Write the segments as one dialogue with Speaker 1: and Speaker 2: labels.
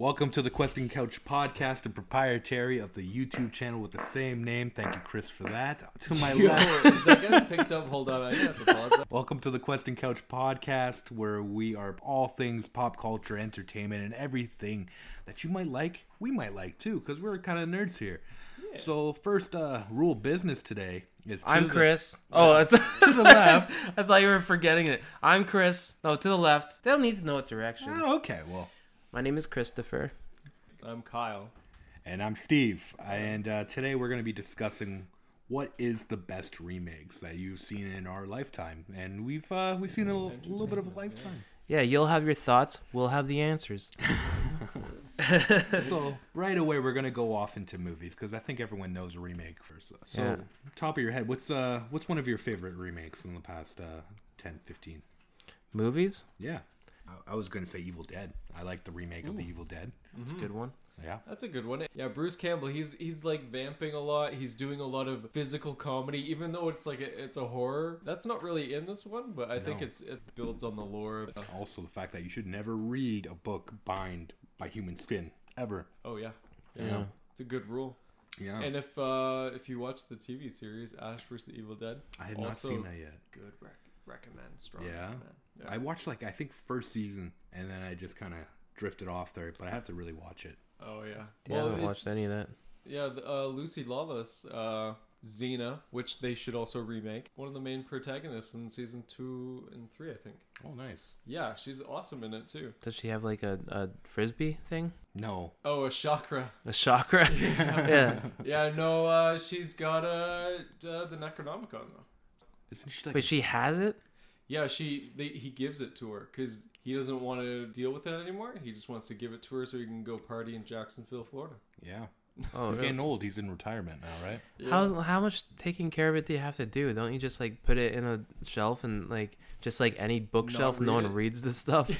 Speaker 1: Welcome to the Questing Couch podcast and proprietary of the YouTube channel with the same name. Thank you, Chris, for that. To my left,
Speaker 2: Is that getting picked up? Hold on, I have to pause that.
Speaker 1: welcome to the Questing Couch podcast, where we are all things pop culture, entertainment, and everything that you might like, we might like too, because we're kind of nerds here. So, first uh, rule of business today is to
Speaker 3: I'm
Speaker 1: the-
Speaker 3: Chris. Oh, it's
Speaker 1: to the left.
Speaker 3: I thought you were forgetting it. I'm Chris. Oh, to the left. They don't need to know what direction.
Speaker 1: Oh, okay, well.
Speaker 3: My name is Christopher.
Speaker 2: I'm Kyle.
Speaker 1: And I'm Steve. And uh, today we're going to be discussing what is the best remakes that you've seen in our lifetime. And we've uh, we've seen a l- little bit of a lifetime.
Speaker 3: Yeah, you'll have your thoughts. We'll have the answers.
Speaker 1: so right away we're going to go off into movies because I think everyone knows a remake first. So
Speaker 3: Yeah.
Speaker 1: top of your head, what's uh what's one of your favorite remakes in the past uh, 10, 15?
Speaker 3: Movies.
Speaker 1: Yeah. I, I was going to say Evil Dead. I like the remake of the Evil Dead.
Speaker 3: That's a good one.
Speaker 1: Yeah.
Speaker 2: That's a good one. Yeah, Bruce Campbell. He's he's like vamping a lot. He's doing a lot of physical comedy, even though it's like a, it's a horror. That's not really in this one, but I think
Speaker 1: No.
Speaker 2: it's it builds on the lore. Of,
Speaker 1: Also the fact that you should never read a book bind by human skin ever.
Speaker 2: oh yeah,
Speaker 3: Yeah.
Speaker 2: it's a good rule.
Speaker 1: Yeah.
Speaker 2: And if uh if you watch the TV series Ash vs the Evil Dead,
Speaker 1: I have not
Speaker 2: also
Speaker 1: seen that yet.
Speaker 2: Good rec- recommend. Strong.
Speaker 1: Yeah?
Speaker 2: recommend.
Speaker 1: I watched like I think first season, and then I just kind of drifted off there. But I have to really watch it.
Speaker 2: oh yeah.
Speaker 3: Yeah, I haven't
Speaker 2: it's-
Speaker 3: watched any of that.
Speaker 2: Yeah, the, uh, Lucy Lawless, uh, Xena, which they should also remake. One of the main protagonists in season two and three, I think.
Speaker 1: Oh, nice.
Speaker 2: Yeah, she's awesome in it too.
Speaker 3: Does she have like a, a frisbee thing?
Speaker 1: No,
Speaker 2: Oh, a chakra.
Speaker 3: A chakra? yeah.
Speaker 2: Yeah, no, uh, she's got uh, uh, the Necronomicon though.
Speaker 1: isn't she like?
Speaker 3: Wait, she has it?
Speaker 2: Yeah, she they, he gives it to her because he doesn't want to deal with it anymore. He just wants to give it to her so he can go party in Jacksonville, Florida.
Speaker 1: yeah,
Speaker 3: Oh,
Speaker 1: he's
Speaker 3: really?
Speaker 1: getting old. He's in retirement now, right?
Speaker 2: Yeah.
Speaker 3: How how much taking care of it do you have to do? Don't you just like put it in a shelf and like just like any bookshelf,
Speaker 2: read
Speaker 3: no one
Speaker 2: it?
Speaker 3: reads this stuff.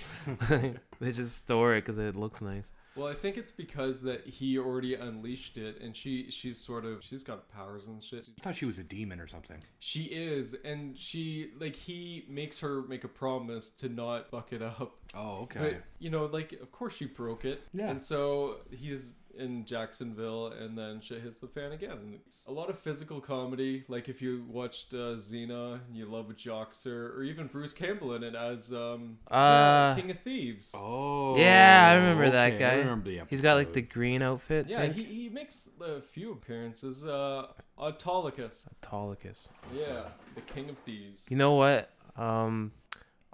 Speaker 3: they just store it because it looks nice.
Speaker 2: Well, I think it's because that he already unleashed it, and she she's sort of she's got powers and shit.
Speaker 1: I thought she was a demon or something.
Speaker 2: She is, and she like he makes her make a promise to not fuck it up.
Speaker 1: Oh, okay.
Speaker 2: But you know, like of course she broke it.
Speaker 1: Yeah.
Speaker 2: And so he's in Jacksonville, and then shit hits the fan again. It's a lot of physical comedy. Like if you watched uh, Xena, and you love Joxer, or even Bruce Campbell in it as um
Speaker 3: Uh,
Speaker 2: King of Thieves.
Speaker 1: oh,
Speaker 3: yeah, I remember that
Speaker 1: okay,
Speaker 3: guy.
Speaker 1: I remember the
Speaker 3: He's got like the
Speaker 1: episode.
Speaker 3: green outfit.
Speaker 2: Yeah,
Speaker 3: thing.
Speaker 2: he, he makes a few appearances. Uh, Autolycus.
Speaker 3: Autolycus.
Speaker 2: Yeah, the King of Thieves.
Speaker 3: You know what? Um,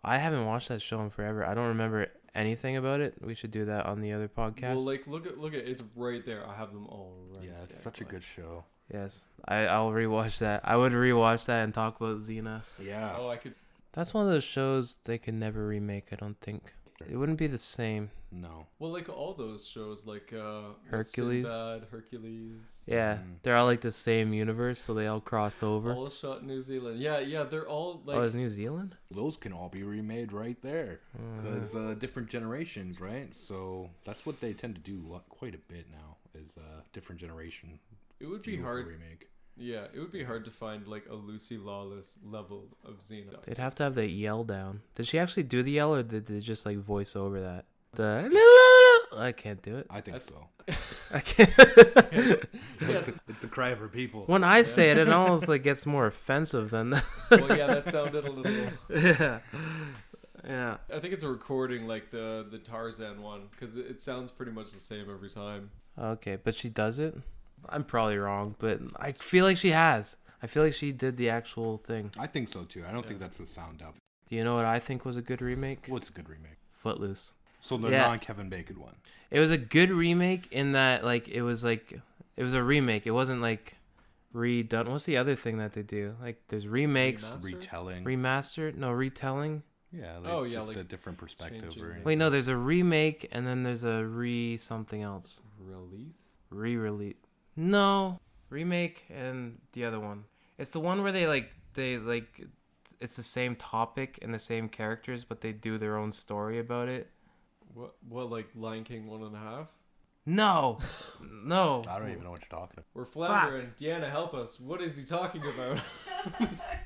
Speaker 3: I haven't watched that show in forever. I don't remember anything about it. We should do that on the other podcast.
Speaker 2: Well, like look at look at it's right there. I have them all right.
Speaker 1: Yeah, it's
Speaker 2: there,
Speaker 1: such a
Speaker 2: like-
Speaker 1: good show.
Speaker 3: yes, I I'll rewatch that. I would rewatch that and talk about Xena.
Speaker 1: Yeah,
Speaker 2: Oh, I could.
Speaker 3: That's one of those shows they could never remake. I don't think it wouldn't be the same.
Speaker 1: no,
Speaker 2: Well, like all those shows, like uh,
Speaker 3: Hercules.
Speaker 2: Sinbad, Hercules,
Speaker 3: Yeah,
Speaker 1: Mm.
Speaker 3: they're all like the same universe, so they all cross over.
Speaker 2: all shot in New Zealand. Yeah, yeah, they're all like.
Speaker 3: oh, it's New Zealand.
Speaker 1: those can all be remade right there
Speaker 3: Mm.
Speaker 1: because uh, different generations, right? So that's what they tend to do lo- quite a bit now. Is uh, different generation
Speaker 2: it would be
Speaker 1: do a
Speaker 2: hard.
Speaker 1: remake.
Speaker 2: Yeah, it would be hard to find like a Lucy Lawless level of Xena.
Speaker 3: They'd have to have the yell down. Did she actually do the yell, or did they just like voice over that? The I can't do it.
Speaker 1: I think
Speaker 2: That's-
Speaker 1: so.
Speaker 3: I can't.
Speaker 2: yes.
Speaker 1: It's the cry of her people.
Speaker 3: When I say it, it almost like gets more offensive than. The...
Speaker 2: well, yeah, that sounded a little.
Speaker 3: yeah. Yeah.
Speaker 2: I think it's a recording like the the Tarzan one because it, it sounds pretty much the same every time.
Speaker 3: Okay, but she does it. I'm probably wrong, but I feel like she has. I feel like she did the actual thing.
Speaker 1: I think so too. I don't think that's the sound of. it.
Speaker 3: Do you know what I think was a good remake?
Speaker 1: What's a good remake?
Speaker 3: Footloose.
Speaker 1: So the
Speaker 3: Yeah.
Speaker 1: non Kevin Bacon one.
Speaker 3: It was a good remake in that like it was like it was a remake. It wasn't like redone. What's the other thing that they do? Like there's remakes,
Speaker 2: Remaster?
Speaker 1: Retelling.
Speaker 3: remastered, no retelling.
Speaker 1: yeah. Like,
Speaker 2: Oh, yeah,
Speaker 1: Just
Speaker 2: like
Speaker 1: a different perspective.
Speaker 2: changing
Speaker 1: Or
Speaker 2: the-
Speaker 1: anything.
Speaker 3: Wait, no, there's a remake and then there's a re something else.
Speaker 2: Release.
Speaker 3: Re-release. No, remake and the other one. It's the one where they like they like it's the same topic and the same characters, but they do their own story about it.
Speaker 2: What? What? Like Lion King one and a half.
Speaker 3: No, no.
Speaker 1: I don't even know what you're talking about.
Speaker 2: We're floundering. Deanna, help us. What is he talking about?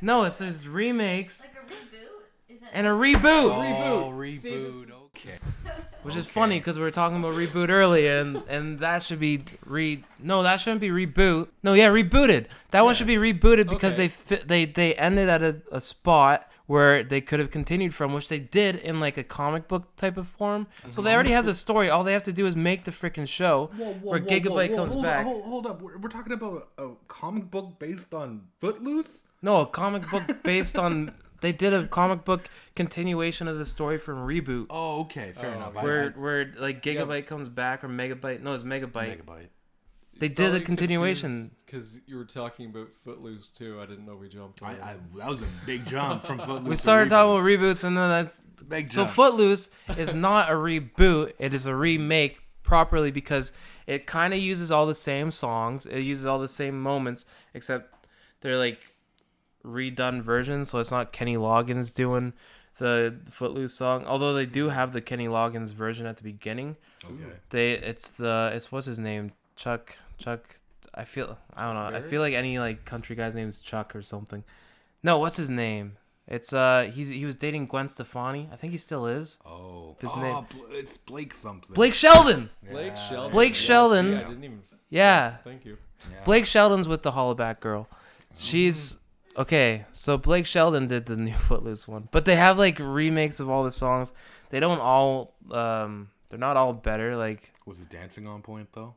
Speaker 3: No, it's there's remakes
Speaker 4: Like a reboot? Is that
Speaker 3: and a reboot.
Speaker 2: Reboot.
Speaker 1: Oh,
Speaker 2: See, this-
Speaker 1: reboot. Okay.
Speaker 3: Which is funny because we were talking about reboot earlier, and and that should be re no, that shouldn't be reboot. No, yeah, rebooted. That one should be rebooted because
Speaker 2: Okay.
Speaker 3: they fi- they they ended at a, a spot where they could have continued from, which they did in like a comic book type of form. So they already have the
Speaker 1: Mm-hmm.
Speaker 3: story. All they have to do is make the freaking show where Gigabyte comes
Speaker 1: hold
Speaker 3: back.
Speaker 1: Up, hold, hold up, we're, we're talking about a comic book based on Footloose.
Speaker 3: No, a comic book based on they did a comic book continuation of the story from reboot.
Speaker 1: Oh, okay, fair enough. I-
Speaker 3: Where, where like gigabyte comes back or megabyte no it's
Speaker 1: I,
Speaker 3: megabyte
Speaker 1: Megabyte.
Speaker 3: They did a continuation.
Speaker 2: because you were talking about Footloose too. I didn't know we jumped.
Speaker 1: I,
Speaker 2: on
Speaker 1: I,
Speaker 2: it.
Speaker 1: that was a big jump from Footloose.
Speaker 3: We
Speaker 1: to
Speaker 3: started talking
Speaker 1: Reboot.
Speaker 3: about reboots, and then that's
Speaker 1: Big
Speaker 3: so
Speaker 1: jump.
Speaker 3: Footloose is not a reboot; it is a remake properly because it kind of uses all the same songs, it uses all the same moments, except they're like redone versions. So it's not Kenny Loggins doing the Footloose song, although they do have the Kenny Loggins version at the beginning.
Speaker 1: Okay.
Speaker 3: They it's the it's what's his name Chuck Chuck. I feel I don't know. I
Speaker 2: Berry?
Speaker 3: feel like any like country guy's name is Chuck or something. No, what's his name? It's uh he's he was dating Gwen Stefani. I think he still is.
Speaker 1: Oh,
Speaker 3: His
Speaker 1: Ah,
Speaker 3: name-
Speaker 1: Bl- it's Blake something.
Speaker 3: Blake Sheldon.
Speaker 2: Blake
Speaker 1: Yeah,
Speaker 2: Sheldon.
Speaker 3: Blake
Speaker 2: Yes,
Speaker 3: Sheldon.
Speaker 2: Yeah, I didn't even.
Speaker 3: Yeah.
Speaker 2: Thank you.
Speaker 1: Yeah.
Speaker 3: Blake Sheldon's with the Hollaback girl. She's okay. So Blake Sheldon did the new Footloose one, but they have like remakes of all the songs. They don't all um they're not all better like
Speaker 1: Was it dancing on point though?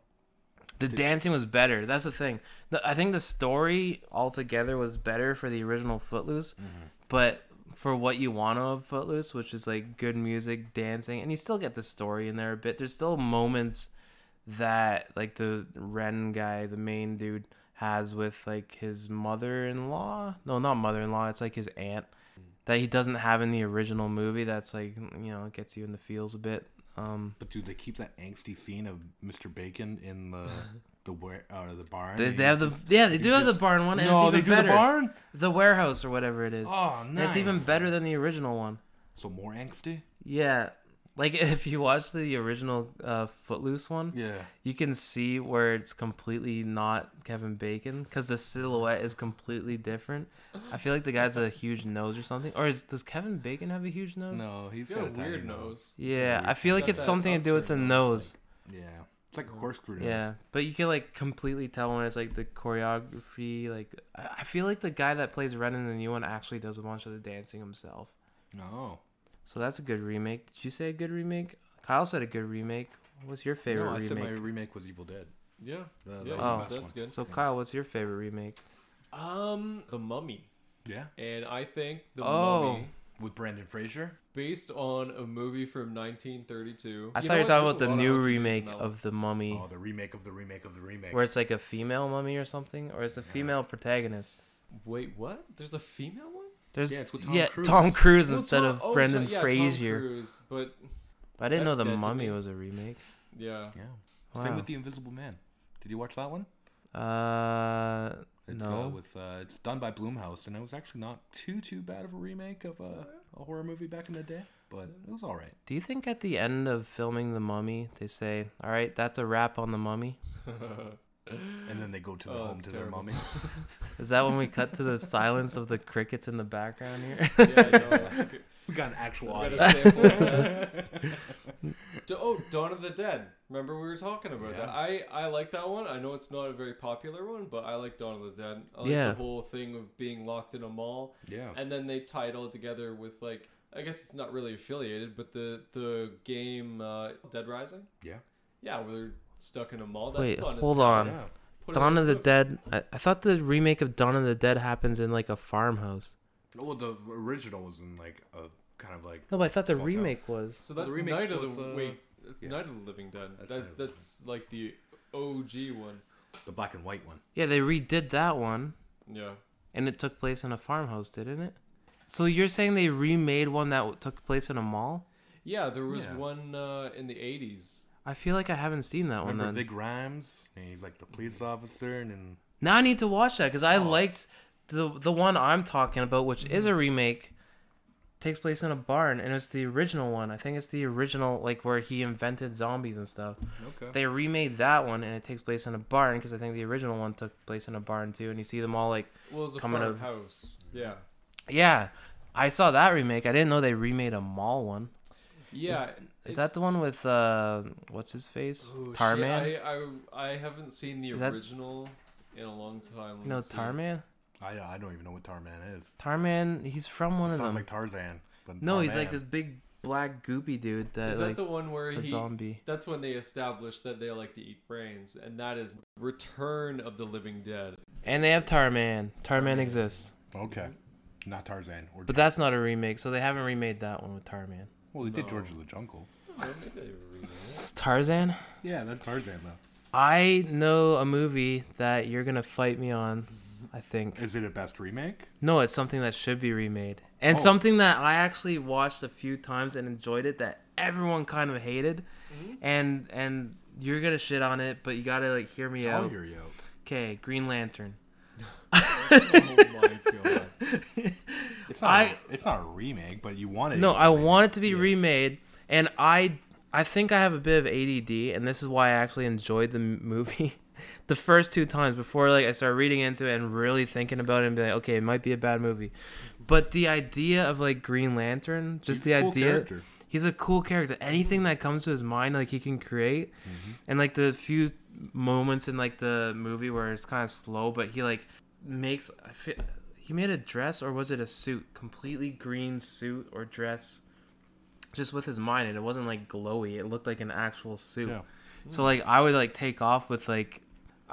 Speaker 3: The dancing was better. That's the thing. The, I think the story altogether was better for the original Footloose,
Speaker 1: Mm-hmm.
Speaker 3: but for what you want of Footloose, which is like good music, dancing, and you still get the story in there a bit. There's still moments that like the Ren guy, the main dude, has with like his mother-in-law. No, not mother-in-law. It's like his aunt
Speaker 1: Mm.
Speaker 3: that he doesn't have in the original movie. That's like you know gets you in the feels a bit. Um,
Speaker 1: But dude, they keep that angsty scene of Mr. Bacon in the the where uh, the barn.
Speaker 3: they,
Speaker 1: and
Speaker 3: they
Speaker 1: he
Speaker 3: have the
Speaker 1: just-
Speaker 3: yeah they do have the
Speaker 1: just-
Speaker 3: barn one. And
Speaker 1: No,
Speaker 3: it's
Speaker 1: they
Speaker 3: even
Speaker 1: do
Speaker 3: better.
Speaker 1: the barn.
Speaker 3: The warehouse or whatever it is.
Speaker 1: Oh,
Speaker 3: That's even
Speaker 1: nice.
Speaker 3: better than the original one.
Speaker 1: So more angsty.
Speaker 3: Yeah. Like if you watch the original uh, Footloose one,
Speaker 1: Yeah.
Speaker 3: you can see where it's completely not Kevin Bacon because the silhouette is completely different. I feel like the guy's a huge nose or something. Or is, does Kevin Bacon have a huge nose?
Speaker 1: No, he's
Speaker 2: He's got a
Speaker 1: tiny
Speaker 2: weird nose.
Speaker 3: Yeah, I feel
Speaker 2: He's
Speaker 3: like
Speaker 2: got
Speaker 3: it's
Speaker 2: that
Speaker 3: something to do with the
Speaker 2: upturned
Speaker 3: nose.
Speaker 2: nose,
Speaker 1: Yeah, it's like a corkscrew. nose.
Speaker 3: Yeah, but you can like completely tell when it's like the choreography. Like I I feel like the guy that plays Ren in the new one actually does a bunch of the dancing himself.
Speaker 1: No.
Speaker 3: So that's a good remake. Did you say a good remake? Kyle said a good remake. What's your favorite
Speaker 1: No, I said my
Speaker 3: remake?
Speaker 1: remake was Evil Dead.
Speaker 2: Yeah,
Speaker 1: The-
Speaker 2: yeah,
Speaker 1: that
Speaker 3: was the
Speaker 1: best
Speaker 2: that's
Speaker 1: one.
Speaker 2: good.
Speaker 3: So Kyle, what's your favorite remake?
Speaker 2: Um, The Mummy,
Speaker 1: Yeah.
Speaker 2: and I think The
Speaker 3: Oh.
Speaker 2: Mummy,
Speaker 1: With Brandon Fraser.
Speaker 2: based on a movie from 1932.
Speaker 3: I
Speaker 2: You know
Speaker 3: thought you were
Speaker 2: what? There's
Speaker 3: talking about
Speaker 2: a
Speaker 3: the
Speaker 2: lot
Speaker 3: new
Speaker 2: arguments
Speaker 3: remake
Speaker 2: now.
Speaker 3: of the Mummy,
Speaker 1: Oh, the remake of the remake of the remake.
Speaker 3: where it's like a female mummy or something, or it's a female protagonist.
Speaker 2: Wait, what? There's a female one?
Speaker 3: There's
Speaker 1: Yeah,
Speaker 3: yeah,
Speaker 1: it's with
Speaker 3: Tom,
Speaker 1: Tom
Speaker 3: Cruise.
Speaker 1: Cruise.
Speaker 2: Well,
Speaker 3: instead
Speaker 2: Tom-
Speaker 3: of
Speaker 2: oh, Tom-
Speaker 3: Brendan
Speaker 2: yeah, Tom
Speaker 3: Fraser.
Speaker 2: Cruise, but
Speaker 3: But I didn't know
Speaker 2: That's
Speaker 3: the
Speaker 2: dead to
Speaker 3: Mummy
Speaker 2: me.
Speaker 3: was a remake.
Speaker 2: yeah,
Speaker 1: Yeah.
Speaker 3: Wow.
Speaker 1: Same with the Invisible Man. Did you watch that one?
Speaker 3: Uh,
Speaker 1: It's,
Speaker 3: no.
Speaker 1: Uh, with uh, it's done by Bloomhouse, and it was actually not too too bad of a remake of a, a horror movie back in the day, but it was all right.
Speaker 3: Do you think at the end of filming the Mummy, they say, "All right, that's a wrap on the Mummy"?
Speaker 1: And then they go to the
Speaker 2: Oh,
Speaker 1: home
Speaker 2: that's
Speaker 1: to
Speaker 2: terrible.
Speaker 1: their mommy.
Speaker 3: Is that when we cut to the silence of the crickets in the background here?
Speaker 2: yeah, I know.
Speaker 1: we got an actual
Speaker 2: Gotta
Speaker 1: audience.
Speaker 2: sample that. Do- oh, Dawn of the Dead. Remember we were talking about
Speaker 1: Yeah.
Speaker 2: that. I I like that one. I know it's not a very popular one, but I like Dawn of the Dead. I like
Speaker 3: Yeah. Oh.
Speaker 2: the whole thing of being locked in a mall.
Speaker 1: Yeah.
Speaker 2: And then they tie it all together with like I guess it's not really affiliated, but the the game uh, Dead Rising.
Speaker 1: Yeah.
Speaker 2: Yeah, where they're stuck in a mall. That's
Speaker 3: Wait,
Speaker 2: fun. as
Speaker 3: hold
Speaker 2: hell.
Speaker 3: on.
Speaker 1: Yeah.
Speaker 2: Put it
Speaker 3: Dawn
Speaker 2: in
Speaker 3: of the
Speaker 2: a-
Speaker 3: Dead. I, I thought the remake of Dawn of the Dead happens in like a farmhouse.
Speaker 1: Well, the original was in like a kind of like
Speaker 3: No, but I thought the
Speaker 1: Small town.
Speaker 3: remake was.
Speaker 2: So
Speaker 1: Well,
Speaker 2: that's
Speaker 1: the
Speaker 2: Night
Speaker 1: remix
Speaker 2: of the
Speaker 1: with, uh,
Speaker 2: Wait, that's
Speaker 1: yeah.
Speaker 2: Night of the Living Dead.
Speaker 1: That's
Speaker 2: That's
Speaker 1: Night of the
Speaker 2: that's like the OG one.
Speaker 1: the black and white one.
Speaker 3: Yeah, they redid that one,
Speaker 2: Yeah.
Speaker 3: and it took place in a farmhouse, didn't it? So you're saying they remade one that w- took place in a mall?
Speaker 2: Yeah, there was
Speaker 1: Yeah.
Speaker 2: one uh, in the 80s.
Speaker 3: I feel like I haven't seen that one.
Speaker 1: Remember
Speaker 3: Then.
Speaker 1: Vig Rhymes? And he's like the police officer, and then
Speaker 3: Now I need to watch that because I
Speaker 1: Oh.
Speaker 3: liked the the one I'm talking about, which is
Speaker 1: Mm-hmm.
Speaker 3: a remake. Takes place in a barn, and it's the original one. I think it's the original, like where he invented zombies and stuff.
Speaker 1: okay,
Speaker 3: They remade that one, and it takes place in a barn because I think the original one took place in a barn too. And you see them all like,
Speaker 2: Well, it was a
Speaker 3: Coming up-
Speaker 2: farmhouse. Yeah.
Speaker 3: yeah, I saw that remake. I didn't know they remade a mall one.
Speaker 2: Yeah.
Speaker 3: Is that the one with uh, what's his face? Tarman.
Speaker 2: I, I, I haven't seen the
Speaker 3: Is that-
Speaker 2: original in a long time. Let
Speaker 3: you know
Speaker 2: me see.
Speaker 3: Tarman.
Speaker 1: I, I don't even know what Tarman is.
Speaker 3: Tarman. He's from one
Speaker 1: It
Speaker 3: of
Speaker 1: sounds
Speaker 3: them.
Speaker 1: like Tarzan. But
Speaker 3: no, he's like
Speaker 1: Tarman.
Speaker 3: this big black goopy dude that
Speaker 2: Is
Speaker 3: like
Speaker 2: that the one where
Speaker 3: is a
Speaker 2: he?
Speaker 3: zombie.
Speaker 2: That's when they established that they like to eat brains, and that is Return of the Living Dead.
Speaker 3: And they have Tarman. Tarman exists,
Speaker 1: Okay. Not Tarzan. Or
Speaker 3: but that's not a remake, so they haven't remade that one with Tarman.
Speaker 1: well, they did
Speaker 2: No.
Speaker 1: George of the Jungle.
Speaker 2: I don't think they remade it.
Speaker 3: It's Tarzan.
Speaker 1: Yeah, that's Tarzan though.
Speaker 3: I know a movie that you're gonna fight me on. I think.
Speaker 1: Is it a best remake?
Speaker 3: No, it's something that should be remade. And
Speaker 1: Oh.
Speaker 3: something that I actually watched a few times and enjoyed it that everyone kind of hated. And and you're going to shit on it, but you got to like hear me
Speaker 1: Oh,
Speaker 3: out.
Speaker 1: you're yo.
Speaker 3: Okay, Green Lantern.
Speaker 2: oh my god.
Speaker 1: It's not.
Speaker 3: I-
Speaker 1: a- it's not a remake, but you want it.
Speaker 3: No,
Speaker 1: to be
Speaker 3: I
Speaker 1: a remake.
Speaker 3: want it to be remade and I I think I have a bit of ADD and this is why I actually enjoyed the m- movie the first two times before like I started reading into it and really thinking about it and be like okay, it might be a bad movie. But the idea of like Green Lantern, just
Speaker 1: He's
Speaker 3: the
Speaker 1: a cool
Speaker 3: idea
Speaker 1: character.
Speaker 3: he's a cool character. Anything that comes to his mind, like he can create.
Speaker 1: Mm-hmm.
Speaker 3: And like the few moments in like the movie where it's kind of slow, but he like makes. I feel, he made a dress or was it a suit? Completely green suit or dress, just with his mind, and it wasn't like glowy. It looked like an actual suit.
Speaker 1: Yeah.
Speaker 3: So like I would like take off with like.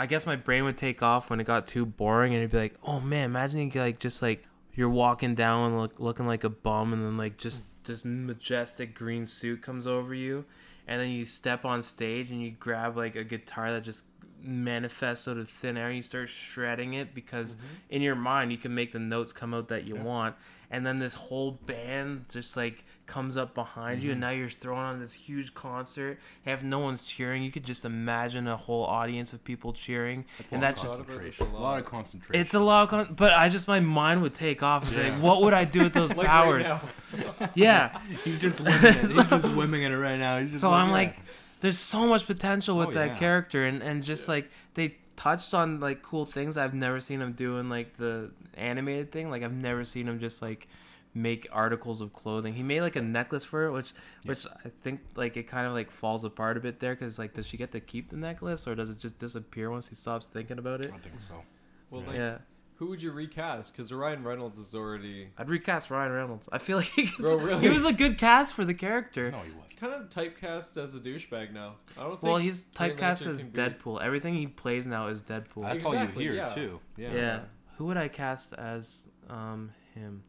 Speaker 3: I guess my brain would take off when it got too boring, and it'd be like, "Oh man, imagine you could, like just like you're walking down look, looking like a bum and then like just this majestic green suit comes over you and then you step on stage and you grab like a guitar that just manifests out of thin air and you start shredding it because
Speaker 1: Mm-hmm.
Speaker 3: in your mind you can make the notes come out that you want and then this whole band just like comes up behind you and
Speaker 1: Mm-hmm.
Speaker 3: now you're throwing on this huge concert if no one's cheering you could just imagine a whole audience of people cheering
Speaker 1: It's a
Speaker 3: and
Speaker 1: lot of
Speaker 3: that's just
Speaker 1: concentration.
Speaker 2: It's a
Speaker 1: A
Speaker 2: lot.
Speaker 1: lot of concentration.
Speaker 3: it's a lot, of con- but I just my mind would take off. And be
Speaker 1: Yeah.
Speaker 3: like, what would I do with those
Speaker 2: Like
Speaker 3: powers?
Speaker 2: right now.
Speaker 3: yeah.
Speaker 1: He's just whimming it. He's just whimming it right now. He's just
Speaker 3: So I'm
Speaker 1: yeah.
Speaker 3: like, there's so much potential with
Speaker 1: Oh,
Speaker 3: that
Speaker 1: yeah.
Speaker 3: character, and and just like they touched on like cool things I've never seen him do in like the animated thing. Like I've never seen him just like make articles of clothing. He made like a necklace for it, which which I think like it kind of like falls apart a bit there because like does she get to keep the necklace or does it just disappear once he stops thinking about
Speaker 1: I
Speaker 3: it?
Speaker 1: don't think so.
Speaker 2: Well, like,
Speaker 3: Yeah,
Speaker 2: who would you recast? Because Ryan Reynolds is already
Speaker 3: I'd recast Ryan Reynolds. I feel like he, gets,
Speaker 2: Bro, really?
Speaker 3: he was a good cast for the character.
Speaker 1: No, he was.
Speaker 2: kind of typecast as a douchebag now. I don't think.
Speaker 3: well, he's
Speaker 2: Green
Speaker 3: typecast
Speaker 2: Lantern
Speaker 3: as
Speaker 2: can be-
Speaker 3: Deadpool. Everything he plays now is Deadpool.
Speaker 1: That's all
Speaker 2: Exactly,
Speaker 1: you hear
Speaker 2: yeah.
Speaker 1: too. Yeah.
Speaker 3: Yeah. Who would I cast as um him?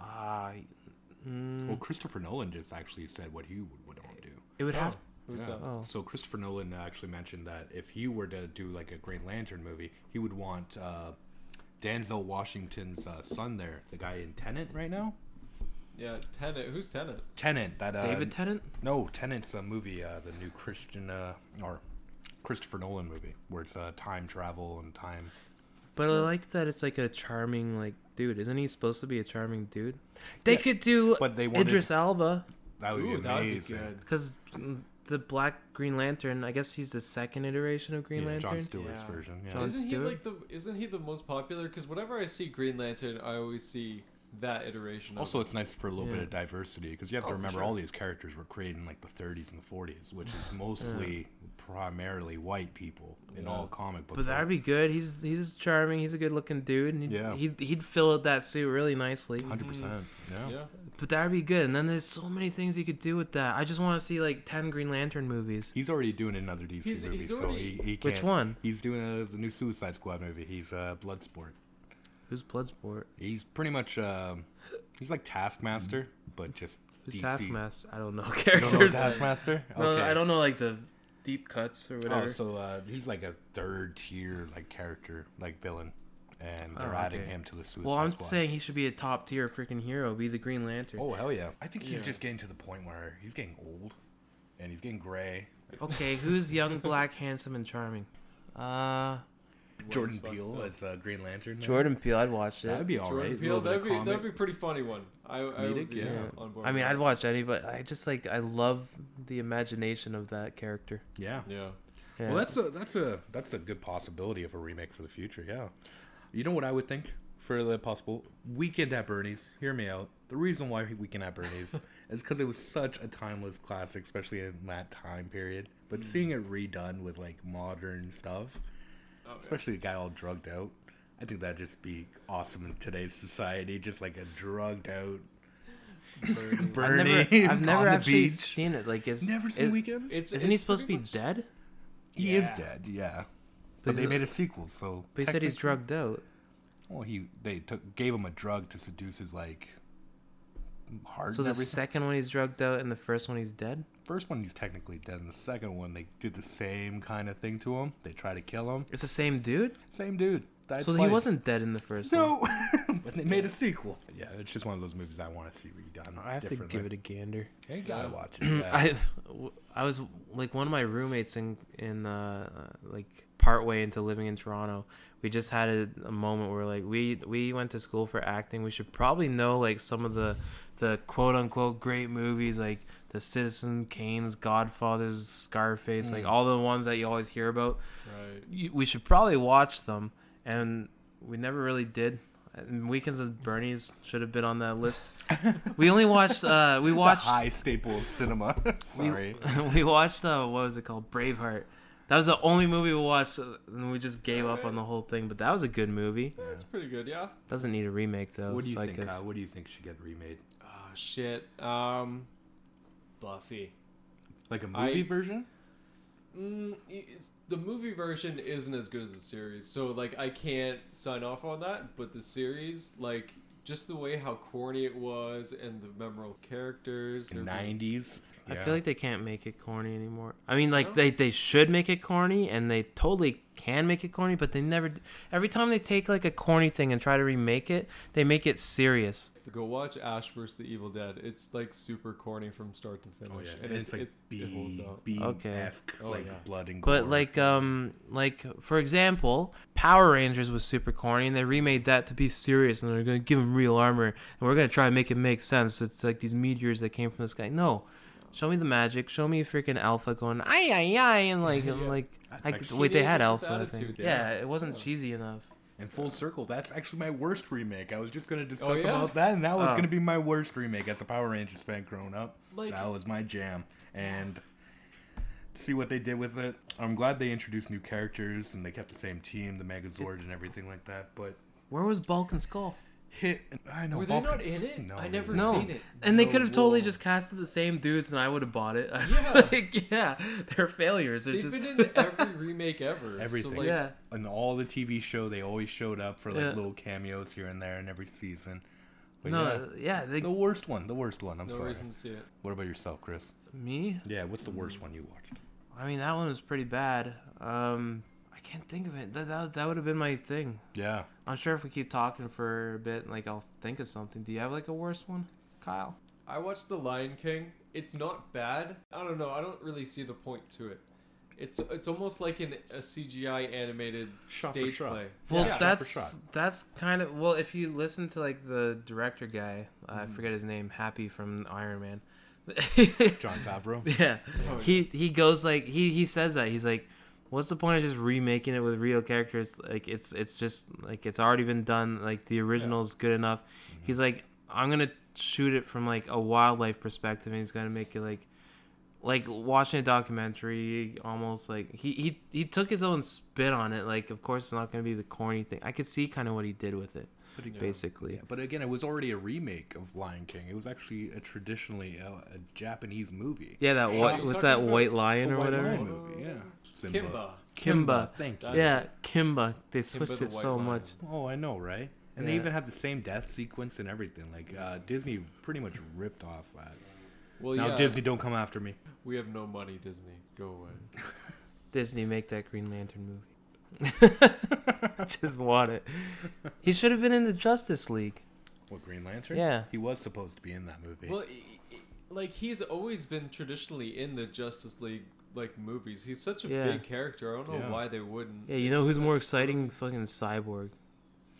Speaker 3: Ah, mm,
Speaker 1: Well, Christopher Nolan just actually said what he would, would want to do.
Speaker 3: it would
Speaker 2: Oh,
Speaker 3: have.
Speaker 2: who's
Speaker 1: Yeah.
Speaker 2: that?
Speaker 3: Oh.
Speaker 1: So Christopher Nolan actually mentioned that if he were to do like a Green Lantern movie, he would want uh, Denzel Washington's uh, son there, the guy in Tenant right now.
Speaker 2: Yeah, Tenet. Who's Tenet?
Speaker 1: Tenant, that uh,
Speaker 3: David Tennant.
Speaker 1: No, Tenant's a movie, uh, the new Christian uh, or Christopher Nolan movie, where it's uh, time travel and time.
Speaker 3: But I like that it's like a charming like dude. Isn't he supposed to be a charming dude? They could do
Speaker 1: But they wanted-
Speaker 3: Idris Elba
Speaker 1: That would
Speaker 2: Ooh,
Speaker 1: be
Speaker 2: that would be
Speaker 1: amazing.
Speaker 2: good.
Speaker 3: because the Black Green Lantern. I guess he's the second iteration of Green
Speaker 1: Yeah,
Speaker 3: Lantern.
Speaker 1: John Stewart's
Speaker 2: Yeah.
Speaker 1: version. Yeah.
Speaker 3: John-
Speaker 2: Isn't he
Speaker 3: Stewart?
Speaker 2: like the? Isn't he the most popular? Because whenever I see Green Lantern, I always see that iteration. Of
Speaker 1: Also,
Speaker 2: him.
Speaker 1: it's nice for a little bit
Speaker 3: Yeah.
Speaker 1: of diversity because you have
Speaker 2: Oh,
Speaker 1: to
Speaker 2: for
Speaker 1: remember
Speaker 2: sure.
Speaker 1: all these characters were created in like the 30s and the 40s, which is mostly primarily white people in
Speaker 2: Yeah.
Speaker 1: all comic books.
Speaker 3: But that'd be good. He's he's charming. He's a good looking dude. And he'd,
Speaker 1: Yeah.
Speaker 3: he'd, he'd fill out that suit really nicely.
Speaker 1: 100. percent Yeah.
Speaker 2: mm. yeah.
Speaker 3: But that'd be good. And then there's so many things you could do with that. I just want to see like ten Green Lantern movies.
Speaker 1: He's already doing another DC
Speaker 2: He's-
Speaker 1: movie,
Speaker 2: he's
Speaker 1: so
Speaker 2: already-
Speaker 1: he, he
Speaker 3: Which
Speaker 1: can't.
Speaker 3: one?
Speaker 1: He's doing uh the new Suicide Squad movie. He's uh, Bloodsport.
Speaker 3: Who's Bloodsport?
Speaker 1: He's pretty much um, he's like Taskmaster, but just
Speaker 3: Who's
Speaker 1: DC.
Speaker 3: Taskmaster? I don't know
Speaker 1: You don't know
Speaker 3: characters.
Speaker 1: Taskmaster?
Speaker 3: No, I don't know like the deep cuts or whatever.
Speaker 1: Oh, so uh, he's like a third tier like character, like villain, and they're
Speaker 3: Oh,
Speaker 1: adding
Speaker 3: okay.
Speaker 1: him to the Suicide
Speaker 3: well, I'm
Speaker 1: Squad.
Speaker 3: saying he should be a top tier freaking hero. Be the Green Lantern.
Speaker 1: Oh hell yeah! I think he's
Speaker 3: Yeah.
Speaker 1: just getting to the point where he's getting old, and he's getting gray.
Speaker 3: Okay, who's young, black, handsome, and charming? Uh,
Speaker 1: Jordan
Speaker 2: fucked
Speaker 1: Peele
Speaker 2: up.
Speaker 1: as uh, Green Lantern.
Speaker 3: Jordan Peele. I'd watch
Speaker 1: that'd
Speaker 3: it.
Speaker 1: be all
Speaker 2: Jordan
Speaker 1: right.
Speaker 2: Peele.
Speaker 1: Little bit
Speaker 2: That'd
Speaker 1: of
Speaker 2: be that'd be
Speaker 1: comic.
Speaker 2: a pretty funny one. I, I would
Speaker 1: Comedic,
Speaker 2: be
Speaker 1: yeah.
Speaker 2: on board.
Speaker 3: I mean,
Speaker 2: with
Speaker 3: I'd
Speaker 2: that.
Speaker 3: watch any, but I just like I love the imagination of that character.
Speaker 1: Yeah.
Speaker 2: Yeah.
Speaker 3: Yeah.
Speaker 1: Well, that's a that's a that's a good possibility of a remake for the future. Yeah. You know what I would think for the possible Weekend at Bernie's. Hear me out. The reason why Weekend at Bernie's is because it was such a timeless classic, especially in that time period.
Speaker 3: Mm.
Speaker 1: But seeing it redone with like modern stuff,
Speaker 2: Oh, yeah.
Speaker 1: especially a guy all drugged out, I think that'd just be awesome in today's society. Just like a drugged out
Speaker 2: Burning.
Speaker 3: I've
Speaker 1: Bernie
Speaker 3: never, I've never
Speaker 1: on the
Speaker 3: actually
Speaker 1: beach.
Speaker 3: seen it. Like, is
Speaker 1: Never seen
Speaker 3: is-
Speaker 1: Weekend.
Speaker 2: It's
Speaker 3: Isn't he
Speaker 2: it's
Speaker 3: supposed to be
Speaker 2: pretty much-
Speaker 3: dead?
Speaker 1: he is
Speaker 2: Yeah.
Speaker 1: dead. Yeah,
Speaker 3: But
Speaker 1: but
Speaker 3: he's
Speaker 1: they
Speaker 3: a-
Speaker 1: made a sequel, so.
Speaker 3: But he said he's
Speaker 1: technically-
Speaker 3: drugged out.
Speaker 1: Well, he they took gave him a drug to seduce his like heart.
Speaker 3: So
Speaker 1: and
Speaker 3: the
Speaker 1: everything.
Speaker 3: second one he's drugged out, and the first one he's dead.
Speaker 1: first one he's technically dead. And the second one they did the same kind of thing to him. They try to kill him.
Speaker 3: It's the same dude.
Speaker 1: Same dude. Died
Speaker 3: so
Speaker 1: twice.
Speaker 3: he wasn't dead in the first one.
Speaker 1: No, but they made a sequel. Yeah, it's just one of those movies I want to see redone.
Speaker 3: I have to give it a gander.
Speaker 1: A- you gotta
Speaker 2: Yeah.
Speaker 1: watch it. yeah.
Speaker 3: I, w- I was like one of my roommates in in uh, like partway into living in Toronto. We just had a, a moment where like we we went to school for acting. We should probably know like some of the the quote unquote great movies like The Citizen Kane's, Godfather's, Scarface,
Speaker 1: Mm.
Speaker 3: like all the ones that you always hear about.
Speaker 2: Right.
Speaker 3: You- We should probably watch them, and we never really did. And Weekends with Bernie's should have been on that list. we only watched uh, we
Speaker 1: The
Speaker 3: watched
Speaker 1: high staple of cinema. Sorry.
Speaker 3: we watched uh, what was it called braveheart that was the only movie we watched uh, and we just gave up on the whole thing but that was a good movie
Speaker 2: That's pretty good, yeah.
Speaker 3: doesn't need a remake though
Speaker 1: What do you
Speaker 3: so I
Speaker 1: think?
Speaker 3: guess-
Speaker 1: Kyle? What do you think should get remade?
Speaker 2: Oh shit. Um Buffy.
Speaker 1: Like a
Speaker 2: I-
Speaker 1: movie version?
Speaker 2: Mm, it's, the movie version isn't as good as the series, so like I can't sign off on that. But the series, like just the way how corny it was and the memorable characters, and everything.
Speaker 1: Nineties.
Speaker 3: i feel like they can't make it corny anymore i mean like
Speaker 2: No?
Speaker 3: they, they should make it corny and they totally can make it corny but they never d- every time they take like a corny thing and try to remake it they make it serious
Speaker 2: go watch Ash vs. the Evil Dead. It's like super corny from start to finish,
Speaker 1: Oh yeah,
Speaker 2: and
Speaker 1: it's, like
Speaker 2: it holds
Speaker 1: B
Speaker 2: up.
Speaker 1: B
Speaker 3: Okay.
Speaker 1: esque
Speaker 2: Oh,
Speaker 1: like
Speaker 2: yeah.
Speaker 1: blood and gore.
Speaker 3: but like um like for example power rangers was super corny and they remade that to be serious and they're gonna give him real armor and we're gonna try and make it make sense it's like these meteors that came from the sky no show me the magic show me freaking alpha going ay ay ay and like and
Speaker 2: Yeah.
Speaker 3: like
Speaker 1: That's
Speaker 3: I,
Speaker 1: actually-
Speaker 3: wait they had
Speaker 2: Teenagers with
Speaker 3: alpha I think.
Speaker 2: attitude,
Speaker 3: yeah
Speaker 2: yeah.
Speaker 3: it wasn't cheesy enough
Speaker 1: And full circle, that's actually my worst remake. I was just gonna Oh, discuss
Speaker 2: yeah?
Speaker 1: about that, and that was
Speaker 3: Oh.
Speaker 1: gonna be my worst remake as a Power Rangers fan growing up.
Speaker 2: Like-
Speaker 1: that was my jam, and to see what they did with it. I'm glad they introduced new characters and they kept the same team, the Megazord and everything like that. But
Speaker 3: where was bulk and skull
Speaker 1: hit, I know.
Speaker 2: Were they not
Speaker 1: Vulcans-
Speaker 2: in it?
Speaker 1: No,
Speaker 2: I never
Speaker 1: no.
Speaker 3: no
Speaker 2: seen it.
Speaker 3: and they
Speaker 2: No
Speaker 3: could have totally
Speaker 2: way.
Speaker 3: just casted the same dudes and i would have bought it
Speaker 2: Yeah.
Speaker 3: like, yeah they're failures they're
Speaker 2: They've
Speaker 3: just
Speaker 2: been in every remake ever.
Speaker 1: Everything.
Speaker 2: So, like,
Speaker 3: yeah
Speaker 1: on all the TV show, they always showed up for like
Speaker 3: Yeah.
Speaker 1: little cameos here and there in every season. But yeah.
Speaker 3: no yeah, they,
Speaker 1: the worst one, the worst one. I'm
Speaker 2: No
Speaker 1: sorry.
Speaker 2: reason to see it.
Speaker 1: What about yourself, Chris?
Speaker 3: me
Speaker 1: Yeah, what's the worst one you watched?
Speaker 3: I mean, that one was pretty bad. Um, I can't think of it. That that, that would have been my thing.
Speaker 1: Yeah.
Speaker 3: I'm sure if we keep talking for a bit, like I'll think of something. Do you have like a worse one, Kyle?
Speaker 2: I watched The Lion King. It's not bad. I don't know. I don't really see the point to it. It's it's almost like an, a CGI animated
Speaker 1: Shot for
Speaker 2: stage
Speaker 1: shot.
Speaker 2: play.
Speaker 3: Well,
Speaker 1: Yeah, shot for
Speaker 3: that's
Speaker 1: shot.
Speaker 3: that's kind of well. If you listen to like the director guy, I forget his name, Happy from Iron Man.
Speaker 1: John Favreau.
Speaker 3: Yeah.
Speaker 2: Oh,
Speaker 3: He he goes like he he says that. He's like what's the point of just remaking it with real characters? Like it's it's just like it's already been done. Like the original's good enough. He's like I'm going to shoot it from like a wildlife perspective and he's going to make it like like watching a documentary almost like he, he he took his own spin on it like of course it's not going to be the corny thing i could see kind of what he did with it basically
Speaker 1: Yeah, but again, it was already a remake of Lion King. It was actually a traditionally uh, a Japanese movie.
Speaker 3: yeah that
Speaker 2: Shot
Speaker 3: white
Speaker 2: you're
Speaker 3: with
Speaker 2: talking
Speaker 3: that
Speaker 2: about?
Speaker 3: white lion
Speaker 1: A
Speaker 3: or
Speaker 1: White
Speaker 3: whatever
Speaker 1: Lion movie, yeah. Simba.
Speaker 2: Oh, Kimba.
Speaker 3: kimba,
Speaker 1: Thank you.
Speaker 2: That's-
Speaker 3: yeah kimba they switched
Speaker 2: the
Speaker 3: it
Speaker 2: White
Speaker 3: so
Speaker 2: Lion.
Speaker 3: much
Speaker 1: Oh, I know, right? And they
Speaker 3: Yeah.
Speaker 1: even had the same death sequence and everything. Like uh, Disney pretty much ripped off that.
Speaker 2: Well,
Speaker 1: now
Speaker 2: yeah.
Speaker 1: Disney, don't come after me.
Speaker 2: We have no money, Disney. Go away.
Speaker 3: Disney make that Green Lantern movie. Just want it. He should have been in the Justice League.
Speaker 1: What Green Lantern?
Speaker 3: Yeah.
Speaker 1: he was supposed to be in that movie.
Speaker 2: Well, i- i- like he's always been traditionally in the Justice League like movies. He's such a
Speaker 3: Yeah.
Speaker 2: big character. I don't know
Speaker 1: Yeah.
Speaker 2: why they wouldn't.
Speaker 3: Yeah, you know who's more
Speaker 2: That's-
Speaker 3: exciting? Fucking Cyborg.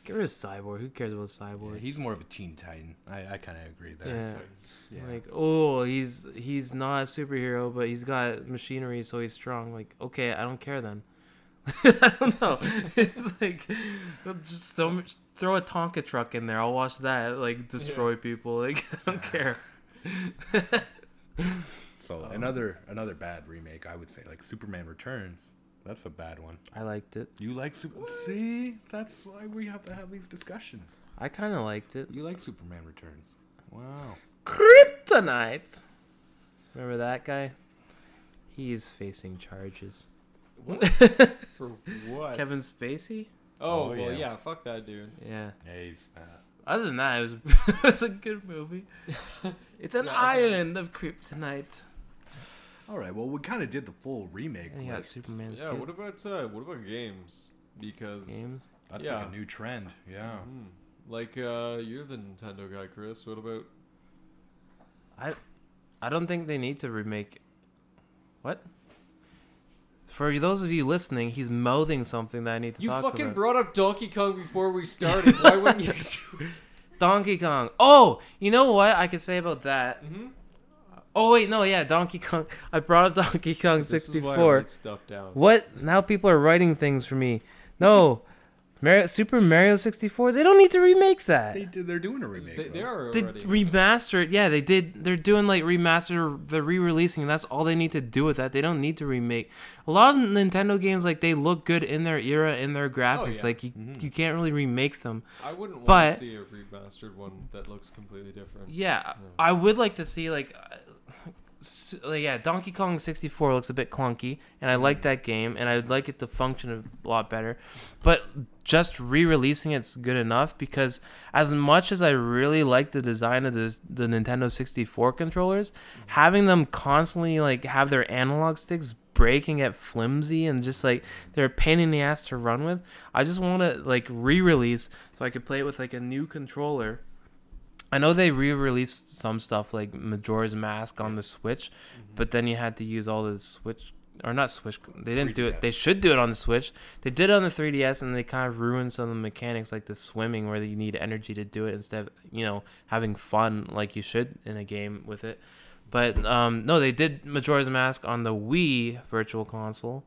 Speaker 3: Get rid of Cyborg. Who cares about
Speaker 1: Yeah,
Speaker 3: Cyborg?
Speaker 1: he's more of a Teen Titan. I, I kind of agree there.
Speaker 3: Yeah.
Speaker 2: Titans.
Speaker 1: Yeah.
Speaker 3: Like, oh, he's he's not a superhero, but he's got machinery, so he's strong. Like, okay, I don't care then. I don't know. It's like just so much. Throw a Tonka truck in there. I'll watch that. Like, destroy people. Like, I don't care.
Speaker 1: So another another bad remake, I would say, like Superman Returns. That's a bad one.
Speaker 3: I liked it.
Speaker 1: You like Super? See, that's why we have to have these discussions.
Speaker 3: I kind of liked it.
Speaker 1: You like Superman Returns? Wow.
Speaker 3: Kryptonite. Remember that guy? He is facing charges.
Speaker 2: For what?
Speaker 3: Kevin Spacey?
Speaker 2: Oh,
Speaker 1: Oh,
Speaker 2: well,
Speaker 1: yeah.
Speaker 2: yeah. Fuck that dude.
Speaker 3: Yeah.
Speaker 1: Hey, he's, uh,
Speaker 3: Other than that, it was, it was a good movie. It's an
Speaker 2: Yeah.
Speaker 3: island of kryptonite.
Speaker 1: all right. Well, we kind of did the full remake.
Speaker 3: And you
Speaker 1: like,
Speaker 3: got Superman's
Speaker 2: Yeah.
Speaker 3: kid.
Speaker 2: What about uh, what about games? Because
Speaker 3: games.
Speaker 1: that's like
Speaker 2: yeah.
Speaker 1: a new trend. Yeah.
Speaker 2: Hmm. like uh, you're the Nintendo guy, Chris. What about
Speaker 3: I, I don't think they need to remake. What? For those of you listening, he's mouthing something that I need to
Speaker 2: you?
Speaker 3: talk
Speaker 2: Fucking
Speaker 3: about.
Speaker 2: brought up Donkey Kong before we started. Why wouldn't you?
Speaker 3: Donkey Kong. Oh, you know what I could say about that?
Speaker 2: mm-hmm.
Speaker 3: Oh wait, no, yeah, Donkey Kong. I brought up Donkey Kong
Speaker 2: Is why I
Speaker 3: 64.
Speaker 2: write stuff down.
Speaker 3: What? Now people are writing things for me. No, Mario, Super Mario 64. They don't need to remake that.
Speaker 1: They
Speaker 3: They,
Speaker 1: did, they're doing a remake.
Speaker 2: They, they
Speaker 1: though.
Speaker 2: are already.
Speaker 3: remaster it. Yeah, they did. They're doing like remaster. They're re-releasing. And that's all they need to do with that. They don't need to remake. A lot of Nintendo games like they look good in their era in their graphics.
Speaker 2: Oh, yeah. Mm-hmm.
Speaker 3: Like you, you can't really remake them.
Speaker 2: I wouldn't want
Speaker 3: But-
Speaker 2: to see a remastered one that looks completely different.
Speaker 3: Yeah, I would like to see like, uh, s- like yeah, Donkey Kong 64 looks a bit clunky, and I like that game, and I would like it to function a lot better. But just re-releasing it's good enough because as much as I really like the design of this, the Nintendo 64 controllers, having them constantly like have their analog sticks breaking at flimsy and just like they're a pain in the ass to run with. I just want to like re-release so I could play it with like a new controller. I know they re-released some stuff like Majora's Mask on the Switch, but then you had to use all the Switch or not Switch. They didn't do it. They should do it on the Switch. They did it on the 3DS, and they kind of ruined some of the mechanics, like the swimming, where you need energy to do it instead of you know having fun like you should in a game with it. But um, no, they did Majora's Mask on the Wii Virtual Console,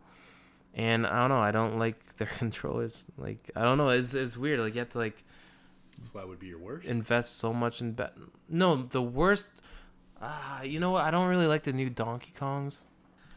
Speaker 3: and I don't know. I don't like their controllers. Like I don't know. It's it's weird. Like you have to like
Speaker 1: So that would be your worst.
Speaker 3: invest so much in bet. No, the worst. Uh, you know what? I don't really like the new Donkey Kongs.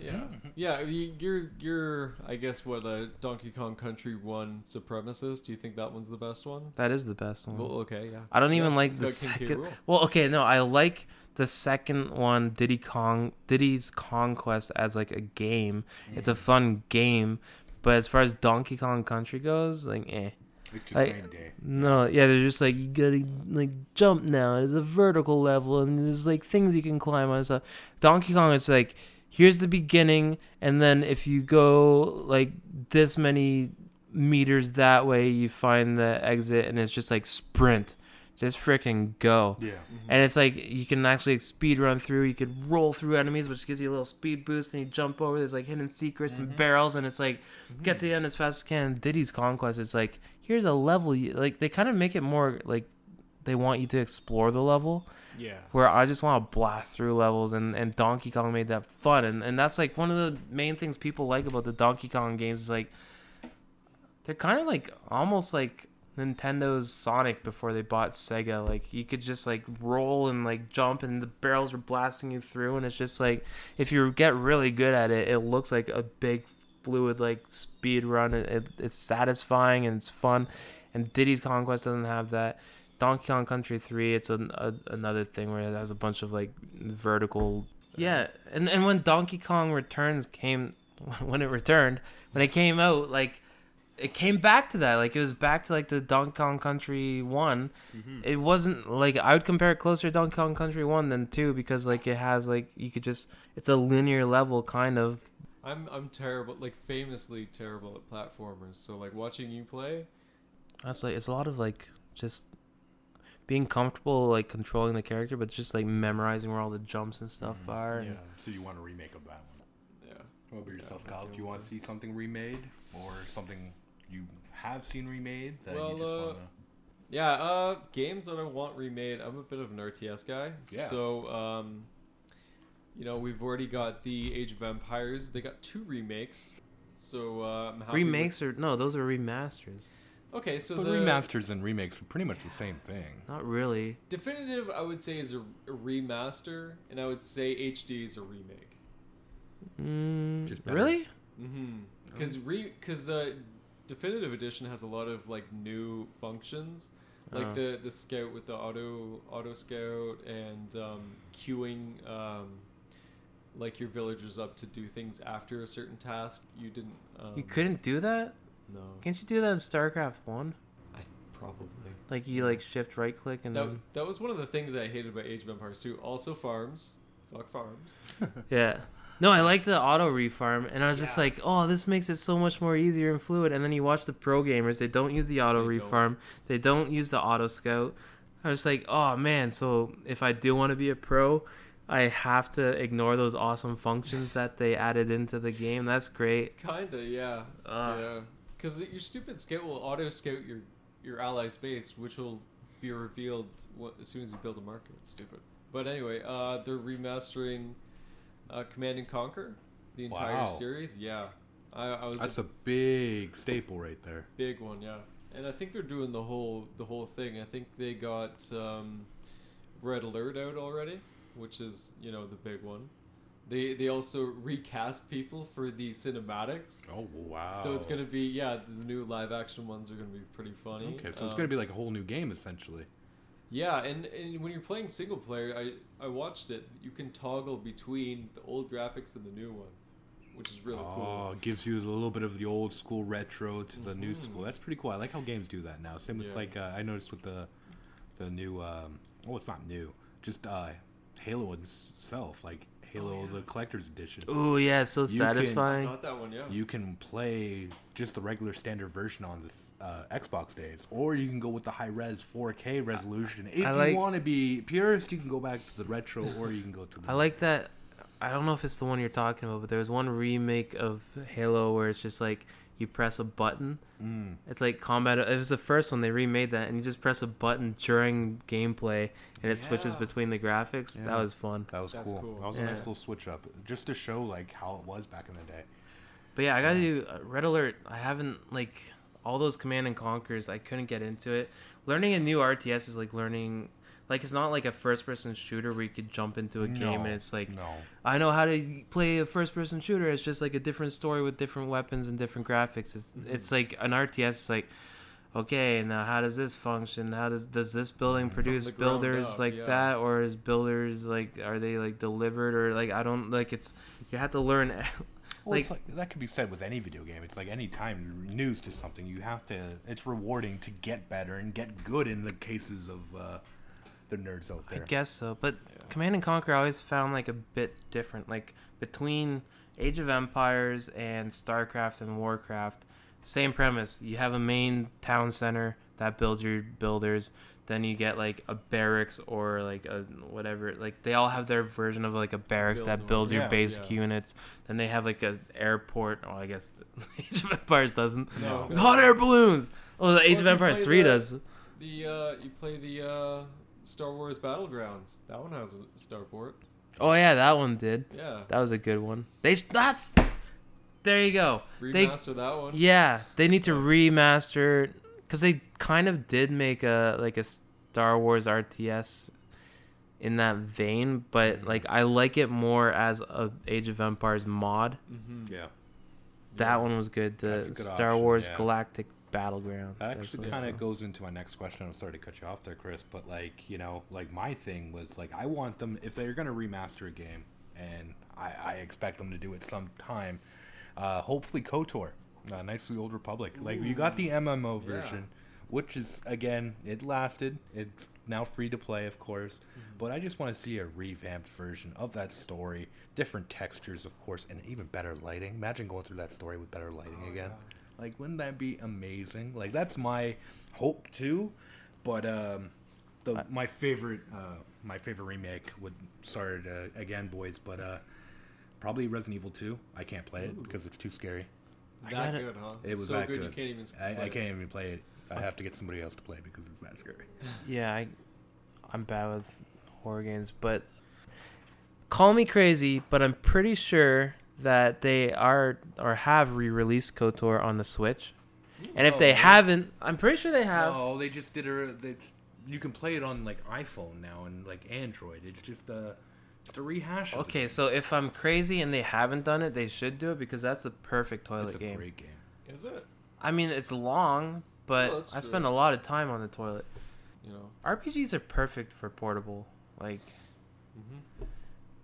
Speaker 2: Yeah, yeah. you- You're, you're. I guess what uh, Donkey Kong Country One supremacist. Do you think that one's the best one?
Speaker 3: That is the best one.
Speaker 2: Well, okay, yeah.
Speaker 3: Mm. I don't even
Speaker 2: Yeah,
Speaker 3: like
Speaker 2: it's
Speaker 3: the
Speaker 2: got King K.
Speaker 3: second.
Speaker 2: Rool.
Speaker 3: Well, okay, no, I like the second one, Diddy Kong, Diddy's Conquest as like a game. It's
Speaker 2: Mm.
Speaker 3: a fun game, but as far as Donkey Kong Country goes, like eh.
Speaker 1: It's just
Speaker 3: I-
Speaker 1: game day.
Speaker 3: No, yeah, they're just like you gotta like jump now. It's a vertical level, and there's like things you can climb on and stuff. Donkey Kong, it's like here's the beginning, and then if you go like this many meters that way, you find the exit, and it's just like sprint, just freaking go.
Speaker 1: Yeah.
Speaker 3: And it's like you can actually speed run through. You could roll through enemies, which gives you a little speed boost. And you jump over. There's like hidden secrets and barrels, and it's like get to the end as fast as can. Diddy's Conquest. It's like here's a level. You, like they kind of make it more like they want you to explore the level.
Speaker 2: Yeah.
Speaker 3: Where I just want to blast through levels, and, and Donkey Kong made that fun, and and that's like one of the main things people like about the Donkey Kong games is like they're kind of like almost like Nintendo's Sonic before they bought Sega. Like you could just like roll and like jump, and the barrels were blasting you through, and it's just like if you get really good at it, it looks like a big fluid like speed run. It, it, it's satisfying and it's fun. And Diddy's Conquest doesn't have that. Donkey Kong Country Three, it's an, a, another thing where it has a bunch of like vertical. uh, Yeah, and and when Donkey Kong Returns came, when it returned, when it came out, like it came back to that. Like it was back to like the Donkey Kong Country one.
Speaker 1: Mm-hmm.
Speaker 3: It wasn't like I would compare it closer to Donkey Kong Country one than two because like it has like you could just it's a linear level kind of.
Speaker 2: I'm, I'm terrible, like famously terrible at platformers. So like watching you play,
Speaker 3: That's like it's a lot of like just being comfortable like controlling the character, but just like memorizing where all the jumps and stuff
Speaker 1: Mm-hmm.
Speaker 3: are. and-
Speaker 1: So you want a remake of that one?
Speaker 2: yeah.
Speaker 1: What about yourself,
Speaker 2: Yeah,
Speaker 1: Kyle? Do you
Speaker 2: yeah.
Speaker 1: want to see something remade or something you have seen remade that
Speaker 2: Well,
Speaker 1: you just
Speaker 2: uh,
Speaker 1: want
Speaker 2: Yeah, uh, games that I want remade. I'm a bit of an RTS guy.
Speaker 1: Yeah.
Speaker 2: So, um, you know, we've already got the Age of Empires. They got two remakes. So, uh, I'm happy with-
Speaker 3: Remakes or no, those are remasters.
Speaker 2: Okay, so
Speaker 1: But
Speaker 2: the
Speaker 1: remasters and remakes are pretty much the same thing.
Speaker 3: Not really.
Speaker 2: definitive, I would say, is a, a remaster, and I would say HD is a remake.
Speaker 3: Mm,
Speaker 1: Just better.
Speaker 3: really?
Speaker 2: Mm-hmm. Because re because uh, definitive edition has a lot of like new functions, like
Speaker 3: Uh.
Speaker 2: the the scout with the auto auto scout and um, queuing. Um, like your villagers up to do things after a certain task you didn't um,
Speaker 3: You couldn't do that?
Speaker 2: no
Speaker 3: Can't you do that in StarCraft One?
Speaker 2: I probably
Speaker 3: Like you like shift right click and
Speaker 2: That,
Speaker 3: then
Speaker 2: that was one of the things that I hated about Age of Empires 2. Also farms. Fuck farms.
Speaker 3: yeah. No, I like the auto refarm, and I was just
Speaker 2: Yeah.
Speaker 3: like, "Oh, this makes it so much more easier and fluid." And then you watch the pro gamers; they don't use the auto
Speaker 2: They don't.
Speaker 3: refarm, they don't use the auto scout. I was like, "Oh man!" So if I do want to be a pro, I have to ignore those awesome functions that they added into the game. That's great.
Speaker 2: Kinda, yeah.
Speaker 3: Ah.
Speaker 2: yeah. Because your stupid scout will auto scout your your ally's base, which will be revealed wha- as soon as you build a market. It's stupid. But anyway, uh, they're remastering uh, Command and Conquer, the entire
Speaker 1: Wow.
Speaker 2: series. Yeah, I, I was
Speaker 1: That's
Speaker 2: a
Speaker 1: a big staple right there.
Speaker 2: big one. Yeah, and I think they're doing the whole the whole thing. I think they got um, Red Alert out already, which is you know the big one. They they also recast people for the cinematics.
Speaker 1: Oh wow!
Speaker 2: So it's gonna be yeah, the new live action ones are gonna be um, pretty funny.
Speaker 1: okay. So it's gonna be like a whole new game essentially.
Speaker 2: yeah, and, and when you're playing single player, I I watched it. You can toggle between the old graphics and the new one, which is really
Speaker 1: oh,
Speaker 2: cool.
Speaker 1: it gives you a little bit of the old school retro to the new school. That's pretty cool. I like how games do that now. Same with
Speaker 2: Mm-hmm. Yeah.
Speaker 1: like uh, I noticed with the the new. Um, oh, it's not new. Just uh, Halo itself, like Halo
Speaker 2: Oh,
Speaker 1: the Collector's Edition.
Speaker 3: Ooh, yeah, it's so
Speaker 1: can-
Speaker 3: satisfying.
Speaker 2: Not that one, yeah.
Speaker 1: You can play just the regular standard version on the uh, Xbox days, or you can go with the high res 4K resolution. If
Speaker 3: I
Speaker 1: you
Speaker 3: like-
Speaker 1: want to be purist, you can go back to the retro, or you can go to the.
Speaker 3: I like that. I don't know if it's the one you're talking about, but there was one remake of Halo where it's just like you press a button. Mm. It's like combat. It was the first one they remade that, and you just press a button during gameplay, and it switches
Speaker 2: Yeah.
Speaker 3: between the graphics.
Speaker 1: Yeah.
Speaker 3: That was fun.
Speaker 1: That was
Speaker 2: That's
Speaker 1: cool.
Speaker 2: cool.
Speaker 1: That was a
Speaker 3: Yeah.
Speaker 1: nice little switch up, just to show like how it was back in the day.
Speaker 3: But yeah, I gotta do uh, Red Alert. I haven't like all those Command and Conquers. I couldn't get into it. Learning a new RTS is like learning. Like it's not like a first-person shooter where you could jump into a game
Speaker 1: No,
Speaker 3: and it's like
Speaker 1: no.
Speaker 3: I know how to play a first person shooter. It's just like a different story with different weapons and different graphics. It's
Speaker 2: Mm-hmm.
Speaker 3: it's like an RTS. It's like okay, now how does this function? How does does this building produce
Speaker 2: the ground
Speaker 3: builders
Speaker 2: up,
Speaker 3: like
Speaker 2: yeah.
Speaker 3: that, or is builders like are they like delivered or like I don't like it's you have to learn.
Speaker 1: Well, it's
Speaker 3: like-
Speaker 1: like that could be said with any video game. It's like any time you're news to something, you have to. It's rewarding to get better and get good in the cases of uh, the nerds out
Speaker 3: I
Speaker 1: there.
Speaker 3: guess so, but Command and Conquer I always found like a bit different. Like between Age of Empires and StarCraft and Warcraft, same premise. You have a main town center that builds your builders. Then you get like a barracks or like a whatever. Like they all have their version of like a barracks
Speaker 2: Build
Speaker 3: that
Speaker 2: one.
Speaker 3: builds
Speaker 1: Yeah,
Speaker 3: your basic
Speaker 2: yeah.
Speaker 3: units. Then they have like an airport. Oh, I guess Age of Empires doesn't.
Speaker 2: No.
Speaker 3: Hot air balloons. Oh, the Age
Speaker 2: Or
Speaker 3: of
Speaker 2: you
Speaker 3: Empires
Speaker 2: play
Speaker 3: three
Speaker 2: the-
Speaker 3: does.
Speaker 2: The uh, you play the uh, Star Wars Battlegrounds. That one has a starport.
Speaker 3: Oh yeah, that one did.
Speaker 2: Yeah,
Speaker 3: That was a good one. They that's there you go. They
Speaker 2: remaster that one.
Speaker 3: yeah, they need to remaster because they kind of did make a like a Star Wars RTS in that vein, but like I like it more as a Age of Empires mod.
Speaker 2: Mm-hmm.
Speaker 1: Yeah,
Speaker 3: That one was good.
Speaker 1: That's
Speaker 3: The
Speaker 1: a good
Speaker 3: Star
Speaker 1: option,
Speaker 3: Wars
Speaker 1: yeah.
Speaker 3: Galactic Battlegrounds.
Speaker 1: that
Speaker 3: That's
Speaker 1: actually
Speaker 3: what
Speaker 1: kind
Speaker 3: it's
Speaker 1: of
Speaker 3: called.
Speaker 1: goes into my next question. I'm sorry to cut you off there, Chris, but like you know, like my thing was like I want them if they're gonna remaster a game, and I, I expect them to do it sometime. Uh, hopefully, Kotor, uh, Knights of the Old Republic. Like you got the MMO
Speaker 2: Yeah.
Speaker 1: version. which is again it lasted it's now free to play of course but i just want to see a revamped version of that story different textures of course and even better lighting imagine going through that story with better lighting again like wouldn't that be amazing like that's my hope too but um the my favorite uh my favorite remake would start uh, again boys but uh probably resident evil 2 i can't play it because it's too scary
Speaker 2: That
Speaker 3: gotta-
Speaker 2: good, huh?
Speaker 1: it was
Speaker 2: so
Speaker 1: that
Speaker 2: good,
Speaker 1: good.
Speaker 2: you can't even.
Speaker 1: I,
Speaker 2: play
Speaker 1: I
Speaker 2: it.
Speaker 1: can't even play it. I have to get somebody else to play it because it's that scary.
Speaker 3: Yeah, I, I'm bad with horror games, but call me crazy, but I'm pretty sure that they are or have re-released KOTOR on the Switch. And if
Speaker 1: Oh,
Speaker 3: they
Speaker 1: yeah.
Speaker 3: haven't, I'm pretty sure they have.
Speaker 1: No, they just did a. They, you can play it on like iPhone now and like Android. It's just a, just a rehash. of the
Speaker 3: Okay,
Speaker 1: game.
Speaker 3: so if I'm crazy and they haven't done it, they should do it because that's the perfect toilet
Speaker 1: it's a
Speaker 3: game.
Speaker 1: great game.
Speaker 2: Is it?
Speaker 3: I mean, it's long, but
Speaker 2: Well, that's
Speaker 3: I
Speaker 2: true.
Speaker 3: spend a lot of time on the toilet.
Speaker 2: You know.
Speaker 3: RPGs are perfect for portable. Like,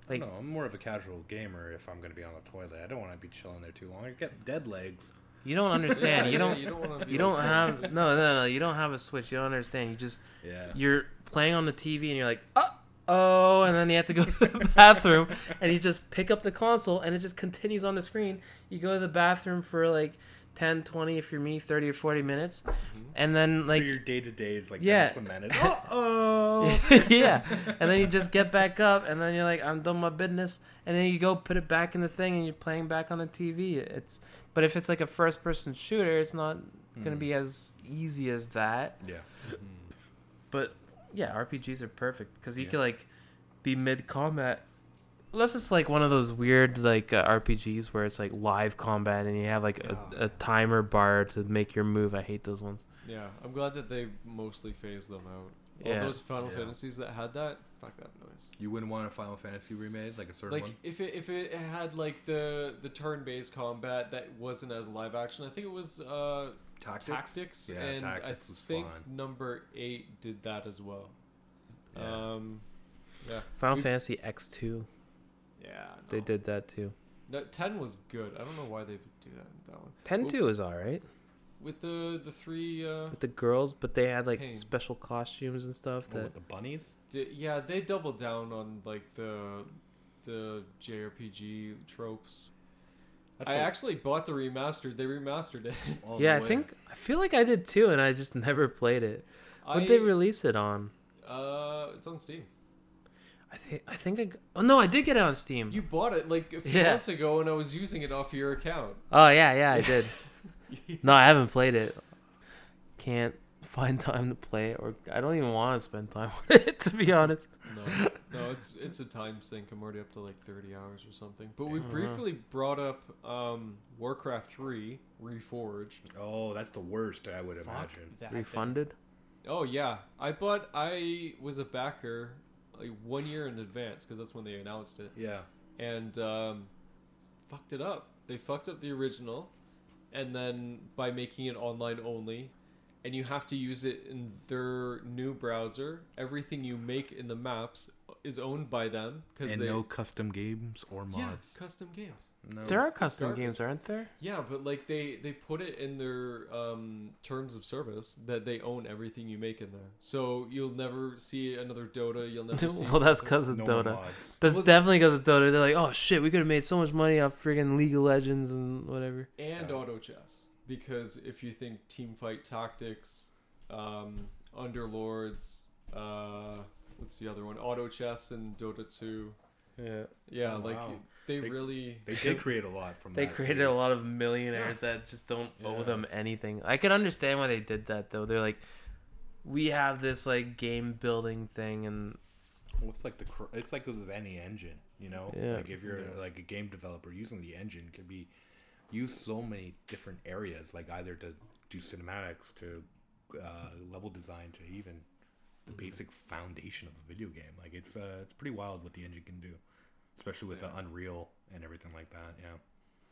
Speaker 3: Like-
Speaker 1: no, I'm more of a casual gamer. If I'm gonna be on the toilet, I don't want to be chilling there too long. I got dead legs.
Speaker 3: you don't understand.
Speaker 2: Yeah,
Speaker 3: you
Speaker 2: yeah,
Speaker 3: don't.
Speaker 2: You don't, wanna be
Speaker 3: You don't
Speaker 2: like
Speaker 3: have
Speaker 2: crazy.
Speaker 3: no, no, no. You don't have a switch. You don't understand. You just
Speaker 1: Yeah.
Speaker 3: you're playing on the TV and you're like, oh, oh, and then you have to go to the bathroom and you just pick up the console and it just continues on the screen. You go to the bathroom for like 10, 20, if you're me, 30 or 40 minutes. And then like,
Speaker 1: so your day to day is like
Speaker 3: Yeah.
Speaker 1: Dennis the Menace. Uh oh.
Speaker 3: yeah. And then you just get back up and then you're like, I'm done my business. And then you go put it back in the thing and you're playing back on the TV. It's, but if it's like a first person shooter, it's not going to be as easy as that.
Speaker 1: yeah.
Speaker 3: But yeah, RPGs are perfect because you
Speaker 1: Yeah.
Speaker 3: could like be mid combat. Unless it's like one of those weird like uh, RPGs where it's like live combat and you have like a, a timer bar to make your move. I hate those ones.
Speaker 2: Yeah, I'm glad that they mostly phased them out.
Speaker 3: Yeah.
Speaker 2: All those Final
Speaker 1: Yeah.
Speaker 2: Fantasies that had that, fuck that noise.
Speaker 1: You wouldn't want a Final Fantasy remade, like a certain
Speaker 2: Like
Speaker 1: one.
Speaker 2: if it if it had like the the turn based combat that wasn't as live action. I think it was uh,
Speaker 1: Tactics.
Speaker 2: tactics,
Speaker 1: Yeah,
Speaker 2: and
Speaker 1: tactics
Speaker 2: I
Speaker 1: was
Speaker 2: think
Speaker 1: fun.
Speaker 2: number eight did that as well.
Speaker 1: Yeah.
Speaker 2: Um, yeah,
Speaker 3: Final
Speaker 2: We-
Speaker 3: Fantasy X2,
Speaker 2: yeah,
Speaker 3: they
Speaker 2: no.
Speaker 3: did that too.
Speaker 2: No, ten was good. I don't know why they would do that in that one.
Speaker 3: Pen
Speaker 2: Oop.
Speaker 3: 2 is all right
Speaker 2: With the the three, uh,
Speaker 3: with the girls, but they had like
Speaker 2: Pain.
Speaker 3: special costumes and stuff
Speaker 1: Oh,
Speaker 3: that
Speaker 1: with the bunnies.
Speaker 2: d- yeah, they doubled down on like the the JRPG tropes. I
Speaker 1: like-
Speaker 2: actually bought the remastered. They remastered it.
Speaker 1: all the
Speaker 3: Yeah, I
Speaker 1: way.
Speaker 3: think I feel like I did too and I just never played it. What
Speaker 2: I,
Speaker 3: would they release it on?
Speaker 2: Uh, it's on Steam.
Speaker 3: I think I think I g Oh no, I did get it on Steam.
Speaker 2: You bought it like a few
Speaker 3: Yeah.
Speaker 2: months ago, and I was using it off your account.
Speaker 3: Oh yeah, yeah, I did. no, I haven't played it. Can't find time to play it, or I don't even want to spend time on it. To be honest,
Speaker 2: No, no, it's it's a time sink. I'm already up to like 30 hours or something. But
Speaker 1: Uh-huh.
Speaker 2: we briefly brought up um, Warcraft 3 Reforged.
Speaker 1: Oh, that's the worst. I would imagine.
Speaker 3: refunded.
Speaker 2: Oh yeah, I bought. I was a backer like one year in advance because that's when they announced it.
Speaker 1: Yeah.
Speaker 2: and um, fucked it up. They fucked up the original, and then by making it online only, and you have to use it in their new browser. Everything you make in the maps is owned by them because
Speaker 1: And
Speaker 2: they
Speaker 1: no custom games or
Speaker 2: yeah
Speaker 1: mods.
Speaker 2: custom games.
Speaker 1: No.
Speaker 3: There are
Speaker 2: it's
Speaker 3: custom
Speaker 2: garbage.
Speaker 3: games, aren't there?
Speaker 2: Yeah, but like they they put it in their um, terms of service that they own everything you make in there. So you'll never see another Dota. You'll never see.
Speaker 3: well, that's because of
Speaker 1: no
Speaker 3: Dota.
Speaker 1: mods.
Speaker 3: That's
Speaker 2: Well-
Speaker 3: definitely because of Dota. They're like, oh shit, we could have made so much money off friggin' League of Legends and whatever.
Speaker 2: and
Speaker 1: Yeah.
Speaker 2: auto chess because if you think team fight tactics um, underlords uh, what's the other one auto chess and dota 2
Speaker 3: Yeah,
Speaker 2: yeah
Speaker 1: Oh,
Speaker 2: like
Speaker 1: wow.
Speaker 2: they,
Speaker 1: They-
Speaker 2: really
Speaker 1: They did create a lot from.
Speaker 3: they
Speaker 1: that
Speaker 3: created a
Speaker 1: phase.
Speaker 3: lot of millionaires that just don't owe
Speaker 2: Yeah.
Speaker 3: them anything. I can understand why they did that though. They're like, we have this like game building thing, and
Speaker 1: Well, it's like the cr- it's like with any engine, you know.
Speaker 3: Yeah.
Speaker 1: Like if you're like a game developer, using the engine could be used so many different areas, like either to do cinematics, to uh, level design, to even
Speaker 3: Mm-hmm.
Speaker 1: the basic foundation of a video game. Like it's uh, it's pretty wild what the engine can do, especially with the Unreal and everything like that. Yeah.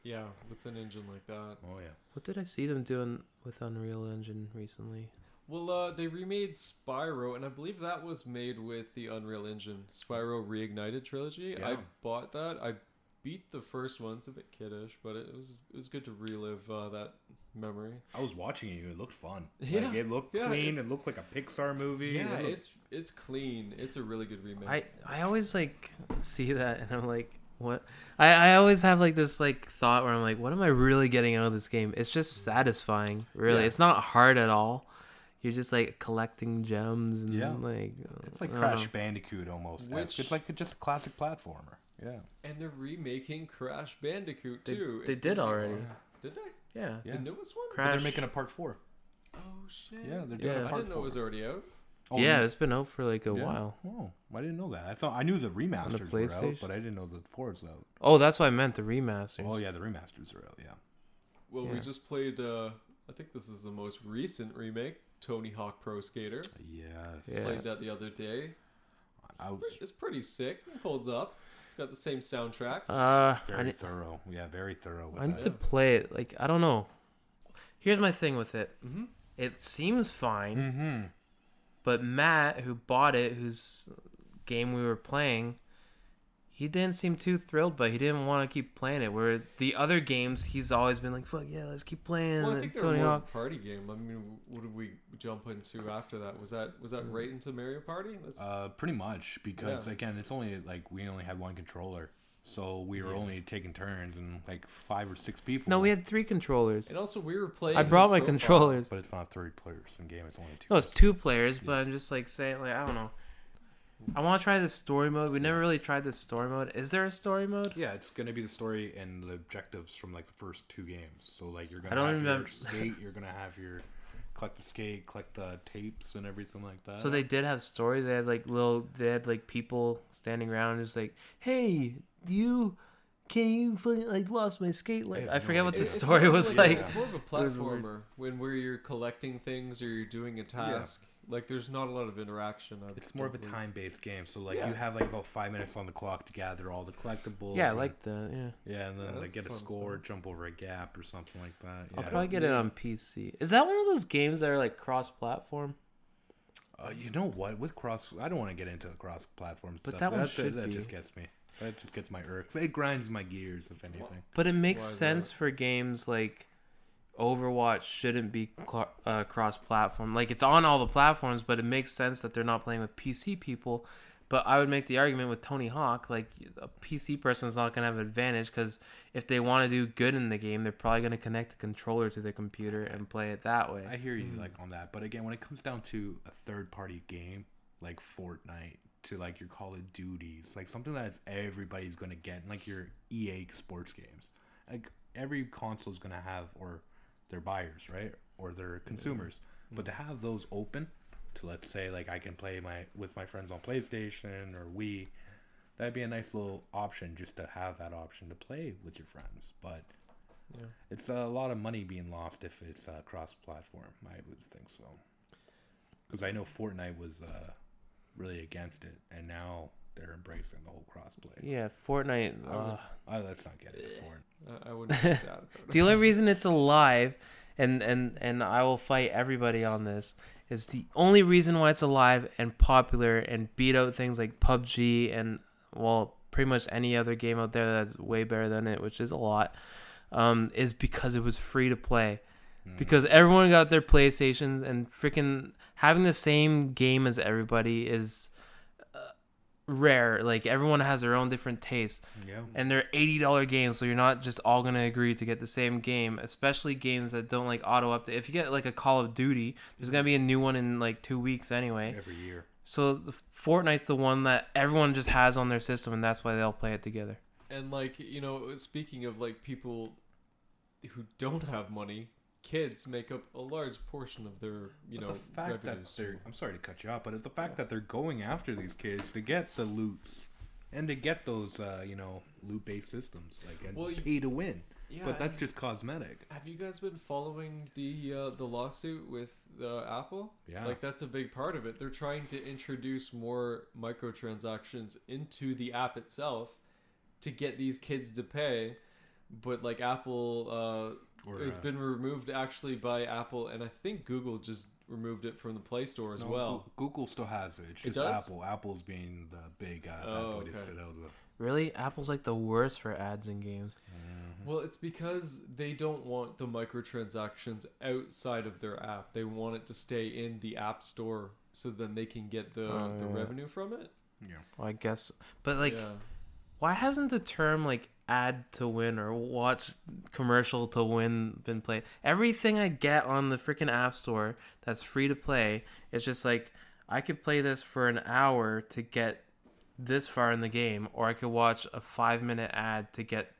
Speaker 2: yeah with an engine like that
Speaker 1: Oh yeah.
Speaker 3: what did I see them doing with Unreal Engine recently?
Speaker 2: well uh, they remade spyro and i believe that was made with the unreal engine spyro reignited trilogy i
Speaker 1: Yeah.
Speaker 2: bought that i beat the first one it's a bit kiddish but it was it was good to relive uh, that memory
Speaker 1: I was watching you. It looked fun.
Speaker 2: Yeah.
Speaker 1: Like, it looked
Speaker 2: Yeah,
Speaker 1: clean.
Speaker 2: it's-
Speaker 1: It looked like a Pixar movie.
Speaker 2: yeah
Speaker 1: It looked-
Speaker 2: it's it's clean it's a really good remake
Speaker 3: I I always like see that and I'm like, what? I I always have like this like thought where I'm like, what am I really getting out of this game? It's
Speaker 1: Mm.
Speaker 3: just satisfying, really.
Speaker 2: Yeah.
Speaker 3: It's not hard at all. You're just like collecting gems and
Speaker 1: Yeah.
Speaker 3: like
Speaker 1: It's like
Speaker 3: I don't
Speaker 1: Crash
Speaker 3: know.
Speaker 1: Bandicoot almost.
Speaker 2: Which-
Speaker 1: It's like a, just a classic platformer. Yeah.
Speaker 2: And they're remaking Crash Bandicoot
Speaker 3: They-
Speaker 2: too.
Speaker 3: they
Speaker 2: It's
Speaker 3: did
Speaker 2: gonna be
Speaker 3: already.
Speaker 2: awesome. Did they?
Speaker 3: Yeah.
Speaker 1: Yeah.
Speaker 2: The newest one?
Speaker 3: Crash-
Speaker 1: They're making a part four.
Speaker 2: Oh shit.
Speaker 1: Yeah, they're doing
Speaker 3: Yeah.
Speaker 1: a
Speaker 2: I
Speaker 1: part
Speaker 2: didn't know
Speaker 1: four.
Speaker 2: it was already out.
Speaker 1: Oh,
Speaker 3: yeah,
Speaker 1: you-
Speaker 3: it's been out for like a
Speaker 1: yeah.
Speaker 3: while.
Speaker 1: Oh, I didn't know that. I thought I knew the remasters were out,
Speaker 3: PlayStation?
Speaker 1: but I didn't know the fours out.
Speaker 3: Oh, that's what I meant the remasters.
Speaker 1: Oh yeah, the remasters are out. Yeah.
Speaker 2: Well, we
Speaker 3: Yeah.
Speaker 2: just played uh, I think this is the most recent remake, Tony Hawk Pro Skater.
Speaker 1: Yes.
Speaker 3: Yeah.
Speaker 2: Played that the other day.
Speaker 1: I was
Speaker 2: It's pretty sick. It holds up. It's got the same soundtrack.
Speaker 3: Uh, I,
Speaker 1: very
Speaker 3: need-
Speaker 1: thorough. Yeah, very thorough. With
Speaker 3: I need
Speaker 1: that.
Speaker 3: to play it. Like I don't know. Here's my thing with it.
Speaker 2: Mm-hmm.
Speaker 3: It seems fine,
Speaker 1: Mm-hmm.
Speaker 3: but Matt, who bought it, whose game we were playing, he didn't seem too thrilled. But he didn't want to keep playing it. Where the other games, he's always been like, "Fuck yeah, let's keep playing."
Speaker 2: well, I think they're
Speaker 3: Tony
Speaker 2: more
Speaker 3: Hawk.
Speaker 2: of a party game. I mean, what did we jump into after that? Was that was that
Speaker 3: Mm.
Speaker 2: right into Mario Party? That's
Speaker 1: Uh, pretty much because
Speaker 2: Yeah.
Speaker 1: again, it's only like we only had one controller, so we were only taking turns and like five or six people.
Speaker 3: No, we had three controllers.
Speaker 2: and also we were playing.
Speaker 3: I brought
Speaker 2: his
Speaker 3: my
Speaker 2: profile.
Speaker 3: controllers.
Speaker 1: But it's not three players in game. It's only two.
Speaker 3: No, it's two players, but I'm just like saying, like I don't know. I want to try this story mode. We never really tried this story mode. Is there a story mode?
Speaker 1: Yeah, it's gonna be the story and the objectives from like the first two games. So like you're gonna
Speaker 3: I don't
Speaker 1: have
Speaker 3: remember-
Speaker 1: your skate, you're gonna have your collect the skate, collect the tapes and everything like that.
Speaker 3: So they did have stories. They had like little. They had like people standing around, just like, "Hey, you, can you fucking like lost my skate leg?"
Speaker 1: have
Speaker 3: I
Speaker 1: no
Speaker 3: forget what
Speaker 1: idea.
Speaker 3: the
Speaker 2: It's- it's
Speaker 3: story
Speaker 2: more of
Speaker 3: was
Speaker 2: a-
Speaker 3: like.
Speaker 2: It's more of a
Speaker 3: was weird.
Speaker 2: platformer when where you're collecting things or you're doing a task. Like there's not a lot of interaction. I
Speaker 1: it's more of a
Speaker 2: don't believe.
Speaker 1: time based game. So like
Speaker 2: Yeah.
Speaker 1: you have like about five minutes on the clock to gather all the collectibles.
Speaker 3: Yeah, I
Speaker 1: and-
Speaker 3: like the. Yeah.
Speaker 1: yeah, and then
Speaker 2: Yeah,
Speaker 1: like
Speaker 2: that's
Speaker 1: get a
Speaker 2: fun
Speaker 1: score, jump over a gap or something like that.
Speaker 3: I'll
Speaker 1: Yeah.
Speaker 3: probably get it on PC. Is that one of those games that are like cross-platform?
Speaker 1: Uh, you know what? With cross, I don't want to get into the cross platform stuff.
Speaker 3: that one
Speaker 1: That's-
Speaker 3: should
Speaker 1: that
Speaker 3: be.
Speaker 1: just gets me. That just gets my irks. It grinds my gears, if anything.
Speaker 3: But it makes
Speaker 2: Why is
Speaker 3: sense
Speaker 2: that?
Speaker 3: for games like Overwatch shouldn't be cl- uh, cross-platform. Like it's on all the platforms, but it makes sense that they're not playing with PC people. But I would make the argument with Tony Hawk, like a PC person's not gonna have an advantage because if they want to do good in the game, they're probably gonna connect a controller to their computer and play it that way.
Speaker 1: I hear you like on that, but again, when it comes down to a third party game like Fortnite to like your Call of Duties, like something that's everybody's gonna get, and like your EA sports games, like every console's gonna have or their buyers, right, or their consumers. But to have those open to let's say like I can play my with my friends on PlayStation or Wii, that'd be a nice little option just to have that option to play with your friends, but. It's a lot of money being lost if it's uh, cross-platform. I would think so, because I know Fortnite was uh, really against it, and now they're embracing the whole crossplay.
Speaker 3: yeah, Fortnite. Uh,
Speaker 1: Uh, let's not get into Fortnite.
Speaker 2: I, I wouldn't be sad about it.
Speaker 3: the only reason it's alive and and and i will fight everybody on this is the only reason why it's alive and popular and beat out things like pubg and well pretty much any other game out there that's way better than it which is a lot um, is because it was free to play because everyone got their playstations and freaking having the same game as everybody is uh, rare like everyone has their own different tastes
Speaker 1: Yeah,
Speaker 3: and they're eighty dollar games, so you're not just all gonna agree to get the same game, especially games that don't like auto update. If you get like a Call of Duty, there's gonna be a new one in like two weeks anyway.
Speaker 1: every year.
Speaker 3: So the Fortnite's the one that everyone just has on their system, and that's why they all play it together.
Speaker 2: And like you know, speaking of like people who don't have money, kids make up a large portion of their you know
Speaker 1: the fact that
Speaker 2: revenues.
Speaker 1: they're, I'm sorry to cut you off, but it's the fact that they're going after these kids to get the loots and to get those, uh, you know, loot-based systems, like and
Speaker 2: Well, you-
Speaker 1: pay to win.
Speaker 2: Yeah,
Speaker 1: but that's
Speaker 2: I-
Speaker 1: just cosmetic.
Speaker 2: Have you guys been following the uh, the lawsuit with uh, Apple?
Speaker 1: Yeah.
Speaker 2: like that's a big part of it. They're trying to introduce more microtransactions into the app itself to get these kids to pay, but like Apple uh,
Speaker 1: Or,
Speaker 2: it's
Speaker 1: uh,
Speaker 2: been removed actually by Apple and I think Google just removed it from the Play Store as
Speaker 1: No,
Speaker 2: well.
Speaker 1: Goo- Google still has it. It's
Speaker 2: It
Speaker 1: just
Speaker 2: does?
Speaker 1: Apple. Apple's being the big uh,
Speaker 2: Oh,
Speaker 1: bad boy to
Speaker 2: okay.
Speaker 1: sit out of the
Speaker 3: Really, Apple's like the worst for ads in games. Mm-hmm.
Speaker 2: Well, it's because they don't want the microtransactions outside of their app. They want it to stay in the App Store so then they can get the
Speaker 3: Oh,
Speaker 2: the revenue from it.
Speaker 3: Well, I guess, but like,
Speaker 2: yeah.
Speaker 3: why hasn't the term like ad to win or watch commercial to win been played everything i get on the freaking app store that's free to play it's just like i could play this for an hour to get this far in the game or i could watch a five minute ad to get